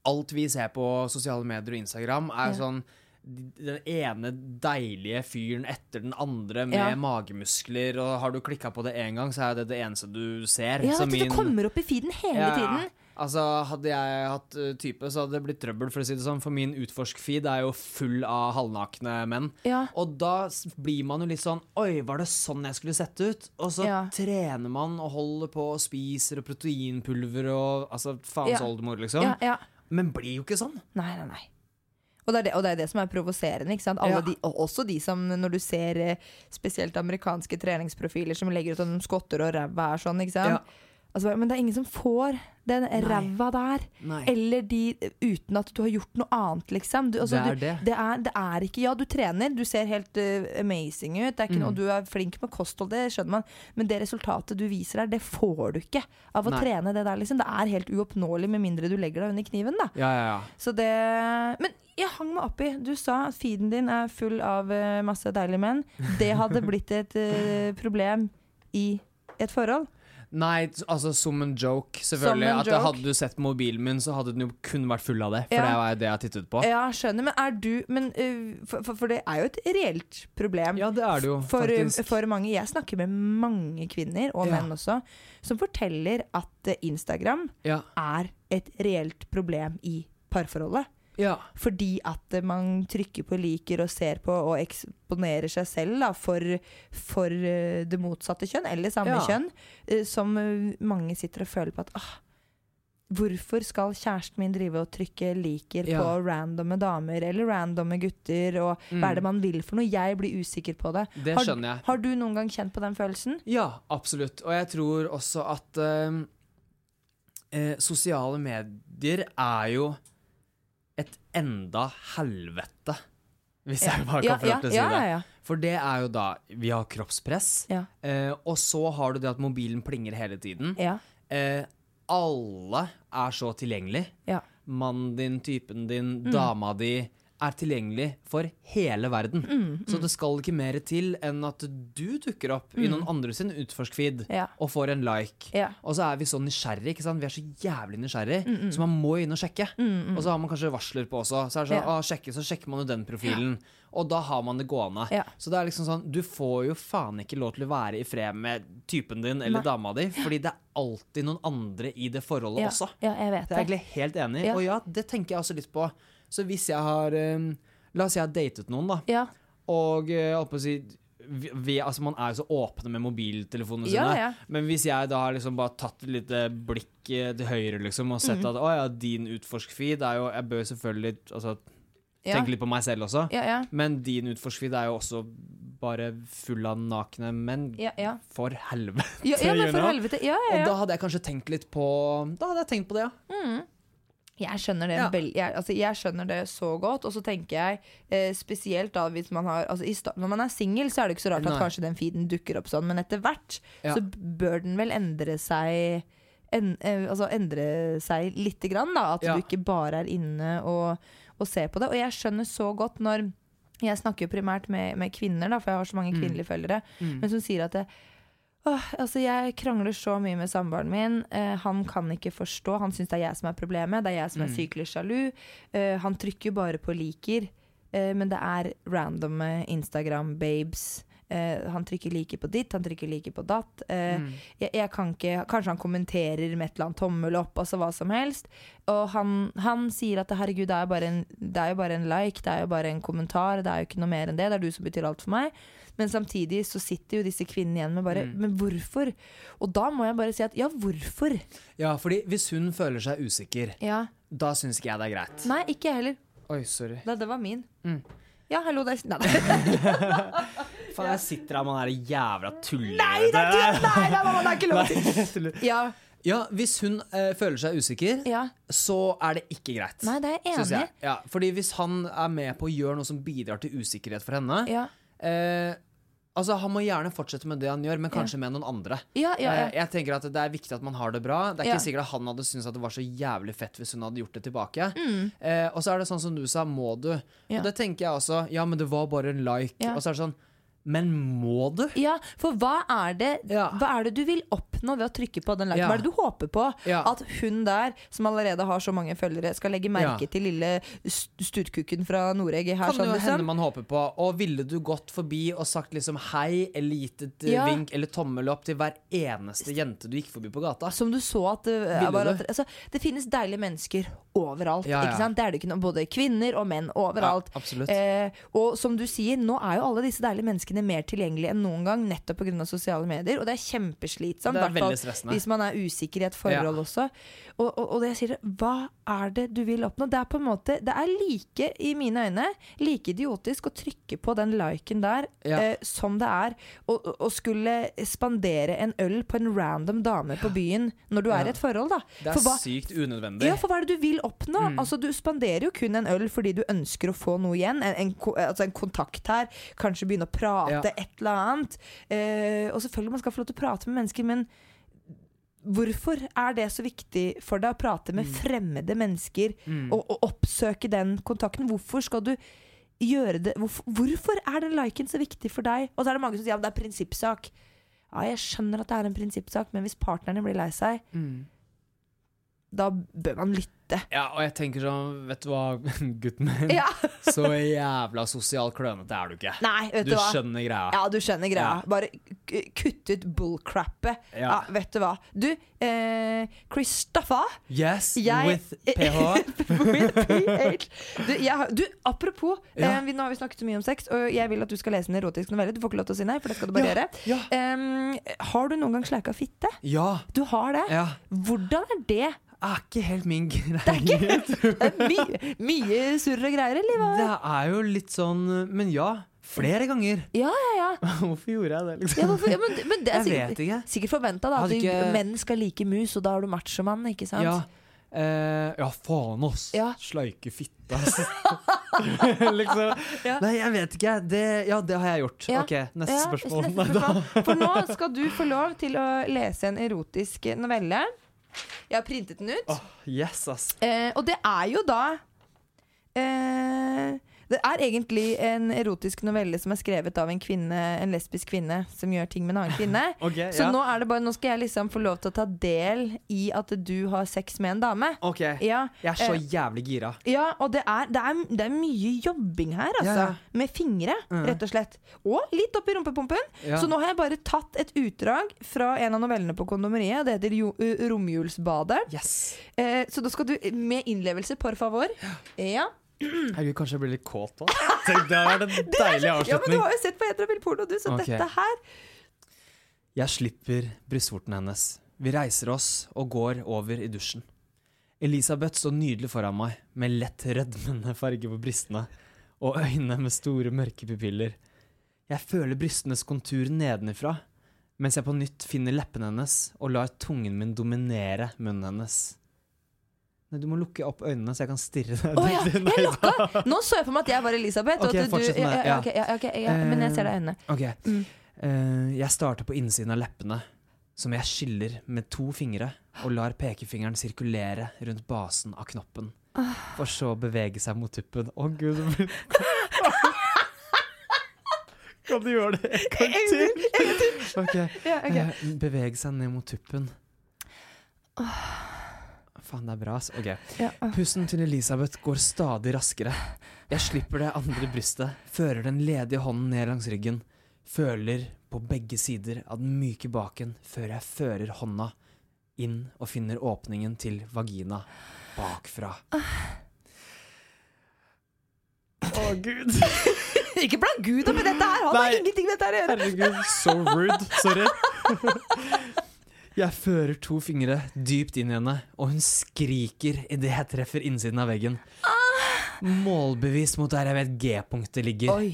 alt vi ser på sosiale medier og Instagram, er
Ja.
sånn den ene deilige fyren etter den andre med
Ja.
magemuskler, og har du klikka på det én gang, så er det det eneste du ser.
ja
så
at det
min-
kommer opp i feeden hele
Ja.
tiden.
Altså, Hadde jeg hatt eh, type, så hadde det blitt trøbbel, for å si det sånn. For min utforsk-feed er jo full av halvnakne menn.
Ja.
Og da s- blir man jo litt sånn Oi, var det sånn jeg skulle sett ut? Og så
Ja.
trener man og holder på og spiser og proteinpulver og altså
Ja.
faens oldemor, liksom.
Ja, ja.
Men blir jo ikke sånn.
Nei, nei, nei. Og det, er det, og det er det som er provoserende. ikke sant? Alle
Ja.
de, og også de som, når du ser eh, spesielt amerikanske treningsprofiler som legger ut om skotter og ræva er sånn, ikke sant. Altså, bare, men det er ingen som får den ræva der.
Nei.
Eller de eh, uten at du har gjort noe annet, liksom. Du, altså,
Det er
du,
det.
Det er, det er ikke Ja, du trener, du ser helt eh, amazing ut, det er ikke,
Mm.
noe- og du er flink med kosthold, det skjønner man, men det resultatet du viser der, det får du ikke av å
Nei.
trene det der, liksom. Det er helt uoppnåelig med mindre du legger deg under kniven, da.
Ja, ja, ja.
Så det Men jeg hang meg opp i Du sa at feeden din er full av eh, masse deilige menn. Det
*laughs*
hadde blitt et eh, problem i et forhold.
Nei, t- altså som en joke, selvfølgelig.
Som en
at
joke.
Hadde du sett mobilen min, så hadde den jo kun vært full av det. For
Ja.
det er jo det jeg har tittet på.
Ja, skjønner, men er du men, eh, for, for, for det er jo et reelt problem.
Ja, det er det jo,
For,
faktisk.
for mange, Jeg snakker med mange kvinner, og
Ja.
menn også, som forteller at eh, Instagram
Ja.
er et reelt problem i parforholdet.
ja.
Fordi at eh, man trykker på liker og ser på og eksponerer seg selv da, for, for eh, det motsatte kjønn, eller samme
Ja.
kjønn, eh, som eh, mange sitter og føler på at ah, Hvorfor skal kjæresten min drive og trykke liker
Ja.
på randomme damer eller randomme gutter? Og hva er det man vil for noe? Jeg blir usikker på det.
Mm. Det
har,
skjønner jeg.
Har du noen gang kjent på den følelsen?
Ja, absolutt. Og jeg tror også at eh, eh, sosiale medier er jo et enda helvete, hvis jeg bare kan få
ja,
lov til å si
ja,
det.
ja, ja.
For det er jo da Vi har kroppspress,
Ja.
eh, og så har du det at mobilen plinger hele tiden.
ja.
Eh, alle er så tilgjengelig.
ja. Mm.
Mannen din, typen din, dama di er tilgjengelig for hele verden.
Mm,
Så det skal ikke mer til enn at du dukker opp i noen andre sin utforskfeed
Mm. Ja.
og får en like.
Ja. Mm,
Og så er vi så nysgjerrige, ikke sant? vi er så jævlig nysgjerrige, så man må inn og sjekke. Og så har man kanskje varsler på også. Så er det sånn,
Ja.
«Å, sjekke, så sjekker man jo den profilen. Og da har man det gående.
Ja.
Så det er liksom sånn, du får jo faen ikke lov til å være i fred med typen din eller dama di, fordi det er alltid noen andre i det forholdet
Ja,
også.
ja, jeg vet
Det er jeg egentlig helt enig i.
Ja.
Og ja, det tenker jeg også litt på. Så hvis jeg har eh, La oss si jeg har datet noen, da.
Ja.
Og eh, jeg holdt på å si vi, vi, altså Man er jo så åpne med mobiltelefonene
Ja,
sine.
ja.
Men hvis jeg da har liksom bare tatt et lite blikk eh, til høyre liksom
Mhm.
og sett at å ja, din utforskfeed er jo Jeg bør selvfølgelig altså,
Ja.
tenke litt på meg selv også.
Ja, ja.
Men din utforskfeed er jo også bare full av nakne menn.
Ja, ja.
For helvete.
Ja, ja, men
you
for
know?
helvete. Ja, ja,
Og da
ja.
hadde jeg kanskje tenkt litt på Da hadde jeg tenkt på det, ja.
Jeg skjønner det,
Ja.
vel- jeg, altså, jeg skjønner det så godt. Og så tenker jeg eh, spesielt da hvis man har altså, i sta- Når man er singel, så er det ikke så rart at
Nei.
kanskje den feeden dukker opp sånn, men etter hvert
Ja.
så bør den vel endre seg en, eh, altså endre seg lite grann, da. At
Ja.
du ikke bare er inne og, og ser på det. Og jeg skjønner så godt når Jeg snakker jo primært med, med kvinner, da, for jeg har så mange
Mm.
kvinnelige følgere, men som sier at det, Åh, altså jeg krangler så mye med samboeren min. Eh, han kan ikke forstå. Han syns det er jeg som er problemet. Det er jeg som er sykelig sjalu. Eh, han trykker jo bare på liker. Eh, men det er randomme Instagram-babes. Eh, han trykker liker på ditt, han trykker liker på datt. Eh, jeg, jeg kan ikke, kanskje han kommenterer med et eller annet tommel opp, altså hva som helst. Og han, han sier at herregud, det er, jo bare en, det er jo bare en like, det er jo bare en kommentar, det er jo ikke noe mer enn det. Det er du som betyr alt for meg. Men samtidig så sitter jo disse kvinnene igjen med bare Men hvorfor? Og da må jeg bare si at ja, hvorfor?
Ja, fordi hvis hun føler seg usikker,
Ja.
da syns ikke jeg det er greit.
Nei, ikke jeg heller.
Oi, sorry.
Nei, det var min. Ja, hallo, det *laughs* er Nei, nei.
Faen, jeg sitter her med han der jævla tullen.
Nei, det er du!
*laughs*
Nei, nei, nei, det er ikke lov å si! Ja,
Ja, hvis hun eh, føler seg usikker,
ja.
så er det ikke greit.
Nei, det er jeg
synes
enig i.
jeg. Ja, fordi hvis han er med på å gjøre noe som bidrar til usikkerhet for henne
Ja.
eh, Altså, Han må gjerne fortsette med det han gjør, men kanskje med noen andre.
Ja, ja, ja.
Eh, Jeg tenker at Det er viktig at man har det bra. Det er
Ja.
ikke sikkert at han hadde syntes at det var så jævlig fett hvis hun hadde gjort det tilbake. Eh, og så er det sånn som du sa, må du?
Mm. Ja.
Og det tenker jeg også. Ja, men det var bare en like.
Ja.
Og så er det sånn, men må du?
Ja, for hva er, det,
Ja.
hva er det du vil oppnå ved å trykke på den liken?
Ja.
Hva er det du håper på?
Ja.
At hun der, som allerede har så mange følgere, skal legge merke
Ja.
til lille st- stutkukken fra Norege her?
Kan det
Sånn,
jo hende
liksom?
man håper på. Og ville du gått forbi og sagt liksom hei, eller gitt et eh,
Ja.
vink eller tommel opp til hver eneste jente du gikk forbi på gata?
Som du så at det,
Ville
var,
du?
at, altså, det finnes deilige mennesker overalt.
Ja, ja.
Ikke sant? Det er det ikke noe, både kvinner og menn overalt.
Ja, absolutt.
eh, og som du sier, nå er jo alle disse deilige menneskene mer tilgjengelige enn noen gang, nettopp pga. sosiale medier. Og det er kjempeslitsomt.
Det
i
er
hvert fall
veldig stressende.
Hvis man er usikker i et forhold
Ja.
også. Og, og, og det jeg sier, hva er det du vil oppnå? Det er på en måte Det er like, i mine øyne, like idiotisk å trykke på den liken der
Ja.
eh, som det er å, å- å skulle spandere en øl på en random dame på byen når du er i et forhold, da.
Det er
For hva-
sykt Mm. unødvendig.
ja, for hva er det du vil oppnå? Altså, du spanderer jo kun en øl fordi du ønsker å få noe igjen. En, en, ko- altså en kontakt her, kanskje begynne å prate,
Ja.
et eller annet. Eh, og selvfølgelig man skal få lov til å prate med mennesker, men hvorfor er det så viktig for deg å prate
Mm.
med fremmede mennesker og, og oppsøke den kontakten? Hvorfor skal du gjøre det Hvorfor, hvorfor er den liken så viktig for deg? Og så er det mange som sier at det er prinsippsak. Ja, jeg skjønner at det er en prinsippsak, men hvis partnerne blir lei seg,
Mm.
da bør man lytte.
Ja, og jeg tenker sånn, vet du hva, *laughs* gutten min?
Ja.
Så jævla sosial klønete er du ikke.
Nei, vet
Du
du hva.
skjønner greia.
Ja, du skjønner greia.
Ja.
Bare k- kutt ut bullcrappet. Ja.
Ja.
vet du hva. Du, eh, *laughs* Christoffer
Yes,
Jeg-
with
*laughs*
ph.
with PH. Du, jeg, har- du apropos,
Ja.
eh, vi, nå har vi snakket så mye om sex, og jeg vil at du skal lese en erotisk novelle. Du får ikke lov til å si nei, for det skal du bare
Ja,
gjøre. Em, har du noen gang slæka fitte?
Ja.
Du har det?
Ja.
Hvordan er det?
er ikke helt min *laughs* greie.
My, mye surr og greier, eller hva?
Det er jo litt sånn Men ja, flere ganger.
Ja, ja, ja.
*laughs* Hvorfor gjorde jeg det, liksom?
ja hvorfor, ja, men, men det er
Jeg
sikkert,
vet ikke.
sikkert forventa, da. At
Hadde ikke-
du- menn skal like mus, og da er du machomann, ikke sant?
Ja. Eh, ja, faen, ass.
Ja.
Sleike
*laughs*
fitte, ass. *laughs* liksom. Nei, jeg vet ikke. Det, ja, det har jeg gjort.
Ja.
OK, neste
Ja,
spørsmål. *laughs*
neste spørsmål. For nå skal du få lov til å lese en erotisk novelle. Jeg har printet den ut.
Åh, *laughs* yes, ass.
Eh, og det er jo da eh, Det er egentlig en erotisk novelle som er skrevet av en kvinne En lesbisk kvinne som gjør ting med en annen kvinne.
*laughs* Ok,
Så
ja.
nå, er det bare, nå skal jeg liksom få lov til å ta del i at du har sex med en dame.
OK.
Ja,
Jeg er så
eh,
jævlig gira.
ja, og det er, det, er, det er mye jobbing her, altså.
Ja, ja.
Med fingre, rett og slett. Og litt oppi rumpepumpen.
Ja.
Så nå har jeg bare tatt et utdrag fra en av novellene på kondomeriet. Det heter jo, eh, 'Romjulsbadet'.
Yes.
Eh, så da skal du med innlevelse, por favor. Ja.
Herregud, kanskje jeg blir litt kåt òg. Tenk, det hadde vært en deilig
ja, men du
avslutning.
har jo sett på heterofil porno, du, så
Ok.
dette her
Jeg slipper brystvorten hennes. Vi reiser oss og går over i dusjen. Elisabeth står nydelig foran meg, med lett rødmende farge på brystene og øyne med store, mørke pupiller. Jeg føler brystenes kontur nedenifra, mens jeg på nytt finner leppene hennes og lar tungen min dominere munnen hennes. Nei, du må lukke opp øynene så jeg kan stirre deg
Å ja!
*laughs*
Jeg lukka! Nå så jeg for meg at jeg var Elisabeth. og
Ok,
at du,
fortsett med
ja,
det,
ja,
ja.
ok, ja, ok, ja, men jeg ser deg i øynene.
Ok. Eh, jeg starter på innsiden av leppene, som jeg skiller med to fingre, og lar pekefingeren sirkulere rundt basen av knoppen, for så å bevege seg mot tuppen. Å, gud. det blir- Kan du gjøre det
*laughs*
en gang til? Ok.
Ja, ok.
Eh, Bevege seg ned mot tuppen. Faen, det er bra, ass. Ok.
Ja.
Pusten til Elisabeth går stadig raskere. Jeg slipper det andre brystet, fører den ledige hånden ned langs ryggen, føler på begge sider av den myke baken før jeg fører hånda inn og finner åpningen til vagina bakfra. Å, gud.
Ikke blant Gud oppi dette her! Han har
Nei.
ingenting med dette her å gjøre!
Herregud, så rude. Sorry. *laughs* Jeg fører to fingre dypt inn i henne, og hun skriker idet jeg treffer innsiden av veggen. Målbevis mot der jeg vet G-punktet ligger.
Oi.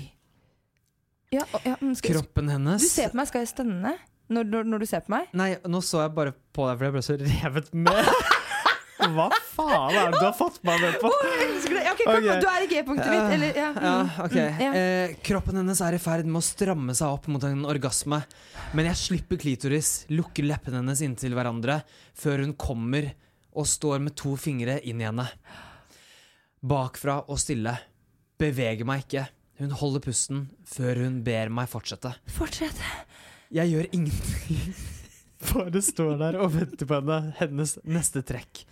Ja, å, ja, men skal,
Kroppen
du
hennes
ser på meg, skal jeg stønne? Når, når, når du ser på meg?
Nei, nå så jeg bare på deg, for jeg ble så revet med. *laughs* Hva faen er det du har fått meg med på?
Å, jeg elsker det! Ja, ok, kom,
Ok.
Du er i G-punktet mitt, eller ja. mm,
Ja, ok.
mm, ja.
Eh, kroppen hennes er i ferd med å stramme seg opp mot en orgasme. Men jeg slipper klitoris, lukker leppene hennes inntil hverandre, før hun kommer og står med to fingre inn i henne. Bakfra og stille. Beveger meg ikke. Hun holder pusten før hun ber meg fortsette.
Fortsett.
Jeg gjør ingenting. *laughs* Bare står der og venter på henne, hennes neste trekk.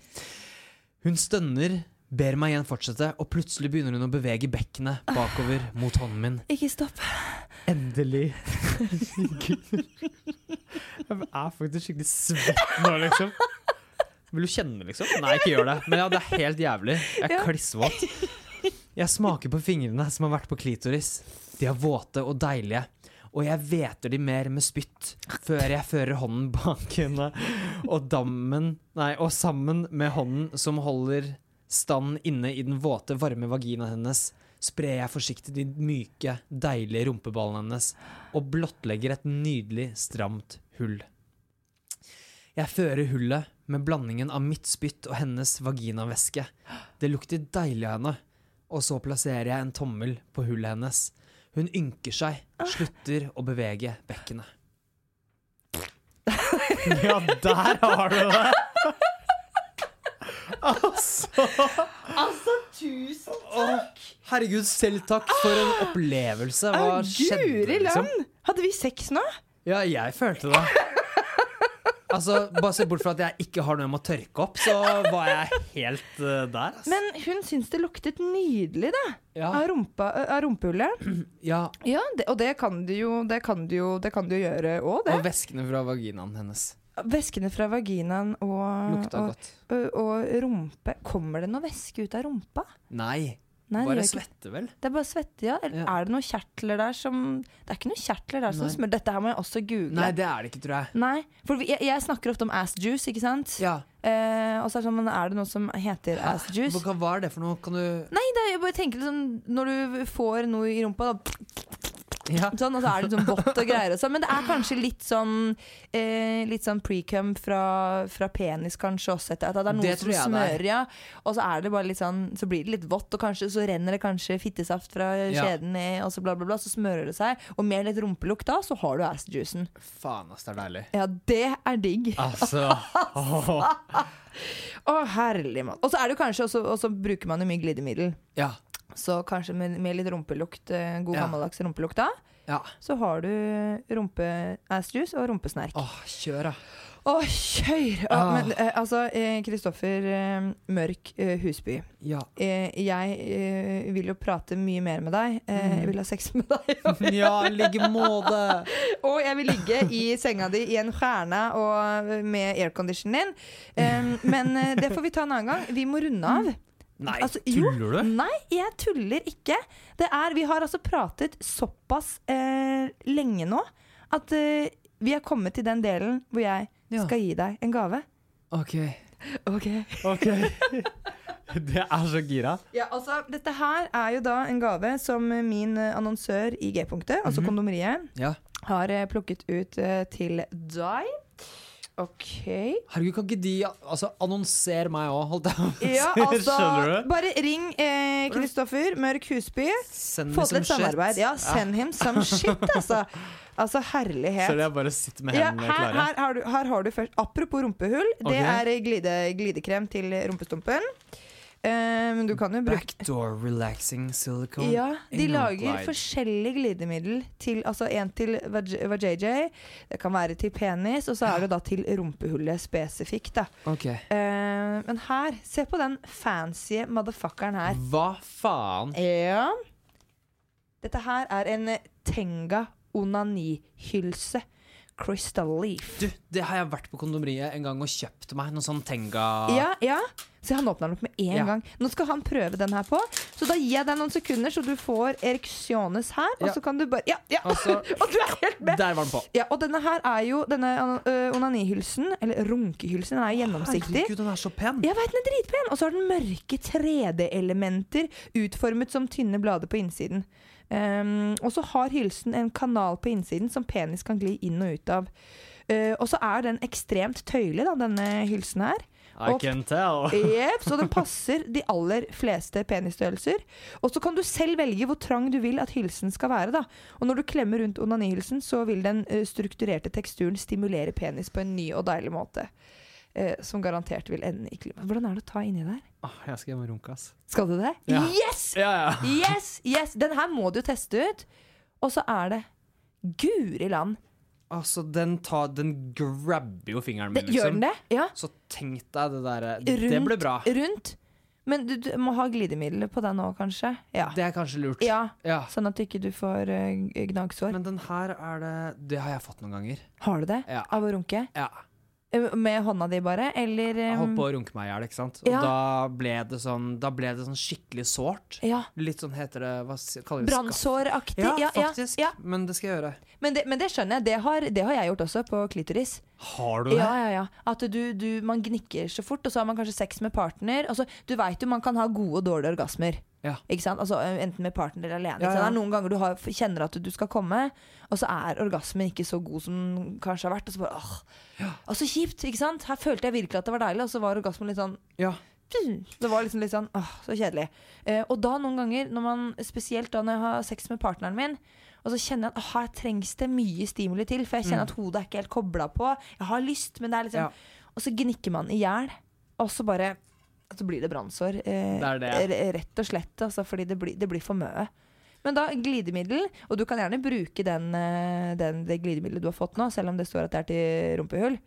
Hun stønner, ber meg igjen fortsette, og plutselig begynner hun å bevege bekkenet bakover mot hånden min.
Ikke stopp.
Ah. *laughs* Endelig. Jeg er faktisk skikkelig svett nå, liksom. Vil du kjenne, liksom? Nei, ikke gjør det. Men ja, det er helt jævlig. Jeg er klissvåt. Jeg smaker på fingrene som har vært på klitoris. De er våte og deilige. Og jeg hveter de mer med spytt før jeg fører hånden bak henne og dammen Nei, og sammen med hånden som holder stand inne i den våte, varme vaginaen hennes, sprer jeg forsiktig de myke, deilige rumpeballene hennes og blottlegger et nydelig, stramt hull. Jeg fører hullet med blandingen av mitt spytt og hennes vaginavæske. Det lukter deilig av henne, og så plasserer jeg en tommel på hullet hennes. Hun ynker seg, slutter å bevege bekkenet. *laughs* Ja, der har du det! Altså
Altså, tusen
Åh, herregud, selv takk for en opplevelse. Hva
Å,
skjedde,
Guri
liksom?
land! Hadde vi sex nå?
Ja, jeg følte det. Altså, Bare se bort fra at jeg ikke har noe jeg må tørke opp, så var jeg helt eh, der. ass.
Men hun syns det luktet nydelig, da.
Ja.
Av, rumpa, av rumpehullet.
ja,
Ja, det, og det kan du jo, det kan du jo, det kan du jo gjøre òg, det.
Og væskene fra vaginaen hennes
Væskene fra vaginaen og,
lukta
og,
godt.
og, rumpe Kommer det noe væske ut av rumpa?
Nei,
Nei, det
bare
gjør ikke.
svette, vel.
Det er bare svette, ja. Eller
Ja.
er det noen kjertler der som Det er ikke noen kjertler der som
Nei.
smører. Dette her må jeg også google.
Nei, det er det ikke, tror jeg.
Nei, for vi- jeg, jeg snakker ofte om ass juice, ikke sant?
Ja,
Eh, og så er det sånn, men er det noe som heter ass juice?
Hva, hva er det for noe? Kan du
Nei, det er, jeg bare tenker liksom, når du får noe i rumpa, da
ja.
sånn, og så er det sånn vått og greier og sånn. Men det er kanskje litt sånn eh, Litt sånn precum fra, fra penis kanskje også. Etter, at det er noe
Det tror
som
jeg det
smører, ja. Og så er det bare litt sånn Så blir det litt vått, og kanskje, så renner det kanskje fittesaft fra
Ja.
skjeden ned, og så bla, bla, bla. Så smører det seg. Og med litt rumpelukt da, så har du ass-juicen.
Faen, ass, det er deilig.
Ja, det er digg.
Altså
Å, herlig mann. Og så er det jo kanskje også, og så bruker man jo mye glidemiddel.
Ja.
Så kanskje med, med litt rumpelukt, eh, god
Ja.
gammeldags rumpelukt da,
ja.
så har du rumpe-ass-juice og rumpesnerk.
Åh, kjør, da.
Å, kjør! Å,
Ah.
Men eh, altså, eh, Kristoffer eh, Mørk eh, Husby.
Ja.
Eh, jeg eh, vil jo prate mye mer med deg. Eh,
Mm.
Jeg vil ha sex med deg.
*laughs* *laughs* Ja, i like måte.
og jeg vil ligge i senga di i en stjerne og eh, med airconditionen din. Eh, men eh, det får vi ta en annen gang. Vi må runde av.
Mm. Nei,
Altså, jo.
tuller du?
Nei, jeg tuller ikke. Det er, vi har altså pratet såpass eh, lenge nå at eh, vi er kommet til den delen hvor jeg
Ja.
skal gi deg en gave.
OK.
Okay.
ok *laughs* Det er så gira.
Ja, altså, dette her er jo da en gave som min eh, annonsør i G-punktet, altså
Mhm.
kondomeriet,
Ja.
har eh, plukket ut eh, til deg. OK.
*laughs* Herregud, kan ikke de altså, annonsere meg òg, holdt jeg på å *laughs*
Ja,
si.
altså,
Skjønner du?
bare ring eh, Kristoffer Mørk Husby.
Send
Få
meg
til et
som shit.
samarbeid. Ja, send him some shit,
*laughs*
altså. Altså, herlighet.
Så jeg bare sitter med
Ja,
hendene
her,
klare.
her, har du, her har du først Apropos rumpehull,
Ok.
det er eh, glide, glidekrem til rumpestumpen. Eh, Men du kan jo bruke
Backdoor relaxing silicone.
Ja, de
anal
lager
glide.
forskjellige glidemiddel til Altså en til vag- vajayjay, det kan være til penis, og så er det da til rumpehullet spesifikt, da.
Ok.
Eh, men her, se på den fancy motherfuckeren her.
Hva faen?
Ja. Dette her er en eh, Tenga onanihylse. Crystal leaf.
Du, det har jeg vært på kondomeriet en gang og kjøpt meg noe sånn Tenga
Ja, ja. Se, han åpner den opp med en
Ja.
gang. Nå skal han prøve den her på. Så da gir jeg deg noen sekunder, så du får ereksjones her, og
Ja.
så kan du bare Ja, ja!
Og
*laughs*
så-
og du er helt med!
Der var den på.
Ja, og denne her er jo Denne ø, onanihylsen, eller runkehylsen, den er jo gjennomsiktig.
Herregud, den er så pen.
Jeg vet, den er dritpen! Og så har den mørke 3D-elementer utformet som tynne blader på innsiden. Ehm, og så har hylsen en kanal på innsiden som penis kan gli inn og ut av. Eh, og så er den ekstremt tøyelig, da, denne hylsen her.
I
Og-
can tell.
Jepp, så den passer de aller fleste penisstørrelser. Og så kan du selv velge hvor trang du vil at hylsen skal være. da. Og når du klemmer rundt onanihylsen, så vil den eh, strukturerte teksturen stimulere penis på en ny og deilig måte. Eh, som garantert vil ende i klimaet. Hvordan er det å ta inni der?
Åh, Jeg skal hjem og runke, ass.
Skal du det?
Ja.
Yes!
Ja, ja.
Yes! yes! Den her må du jo teste ut. Og så er det Guri land!
Altså, den, tar, den grabber jo fingeren min,
Det, gjør den det? Ja.
Så tenk deg det derre liksom, Det
Rundt,
ble bra.
Rundt. Men du, du må ha glidemiddel på den òg, kanskje. Ja.
Det er kanskje lurt.
ja.
Ja.
Sånn at du ikke du får eh, gnagsår.
Men den her er det Det har jeg fått noen ganger.
har du det?
Ja.
Av å runke?
Ja.
Eh, Med hånda di bare? Eller
Jeg
ehm,
holdt på å runke meg i hjel, ikke sant. Og
Ja.
da ble det sånn Da ble det sånn skikkelig sårt.
Ja.
Litt sånn heter det Hva s- kaller det
Brannsåraktig?
Ja,
Ja, ja,
faktisk.
ja.
Men det skal jeg gjøre.
Men, det, men det skjønner jeg. Det har, det har jeg gjort også, på klitoris.
Har du
Ja, ja, ja. At du, du, man gnikker så fort, og så har man kanskje sex med partner. Altså, du veit jo man kan ha gode og dårlige orgasmer.
Ja.
Ikke sant? Altså, ø, enten med partner eller alene.
Ja,
Så det er
ja.
noen ganger du har, kjenner at du skal komme, og så er orgasmen ikke så god som den kanskje har vært. Og så bare, åh. Og så kjipt, ikke sant? Her følte jeg virkelig at det var deilig, og så var orgasmen litt sånn
Ja.
det var liksom litt sånn åh, så kjedelig. Eh, og da noen ganger, når man, spesielt da når jeg har sex med partneren min, og så kjenner jeg at åh, her trengs det mye stimuli til, for jeg kjenner at hodet er ikke helt kobla på. Jeg har lyst, men det er liksom
Mm. Ja.
Og så gnikker man i hjel, og så bare Så blir det brannsår. eh,
Det er det.
r- Rett og slett, altså, fordi det blir, det blir for mye. Men da glidemiddel, og du kan gjerne bruke den, eh, den, det glidemiddelet du har fått nå, selv om det står at det er til rumpehull.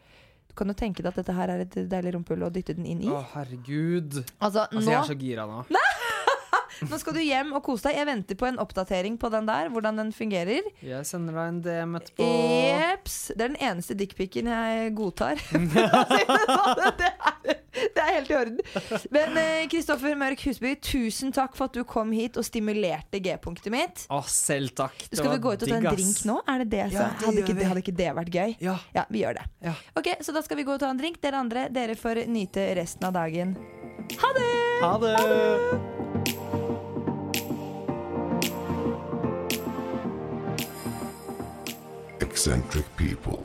Du kan jo tenke deg at dette her er et deilig rumpehull å dytte den inn i.
Å, herregud.
Altså,
Altså, jeg er så gira nå.
nå, nå skal du hjem og kose deg. Jeg venter på en oppdatering på den der, hvordan den fungerer.
Jeg sender deg en DM etterpå. *laughs*
Jeps. Det er den eneste dickpicen jeg godtar. For å si det sånn. Det er- Det er helt i orden. Men eh, Kristoffer Mørk Husby, tusen takk for at du kom hit og stimulerte G-punktet mitt.
Å, selv takk. Det
Skal vi
var
gå ut og ta en
digg, ass.
drink nå? Er det det som
Ja, det
hadde,
gjør
ikke,
vi.
hadde ikke det vært gøy?
Ja.
vi gjør det.
Ja.
Ok, Så da skal vi gå og ta en drink. Dere andre, dere får nyte resten av dagen. Ha det!
Ha det!
eccentric people.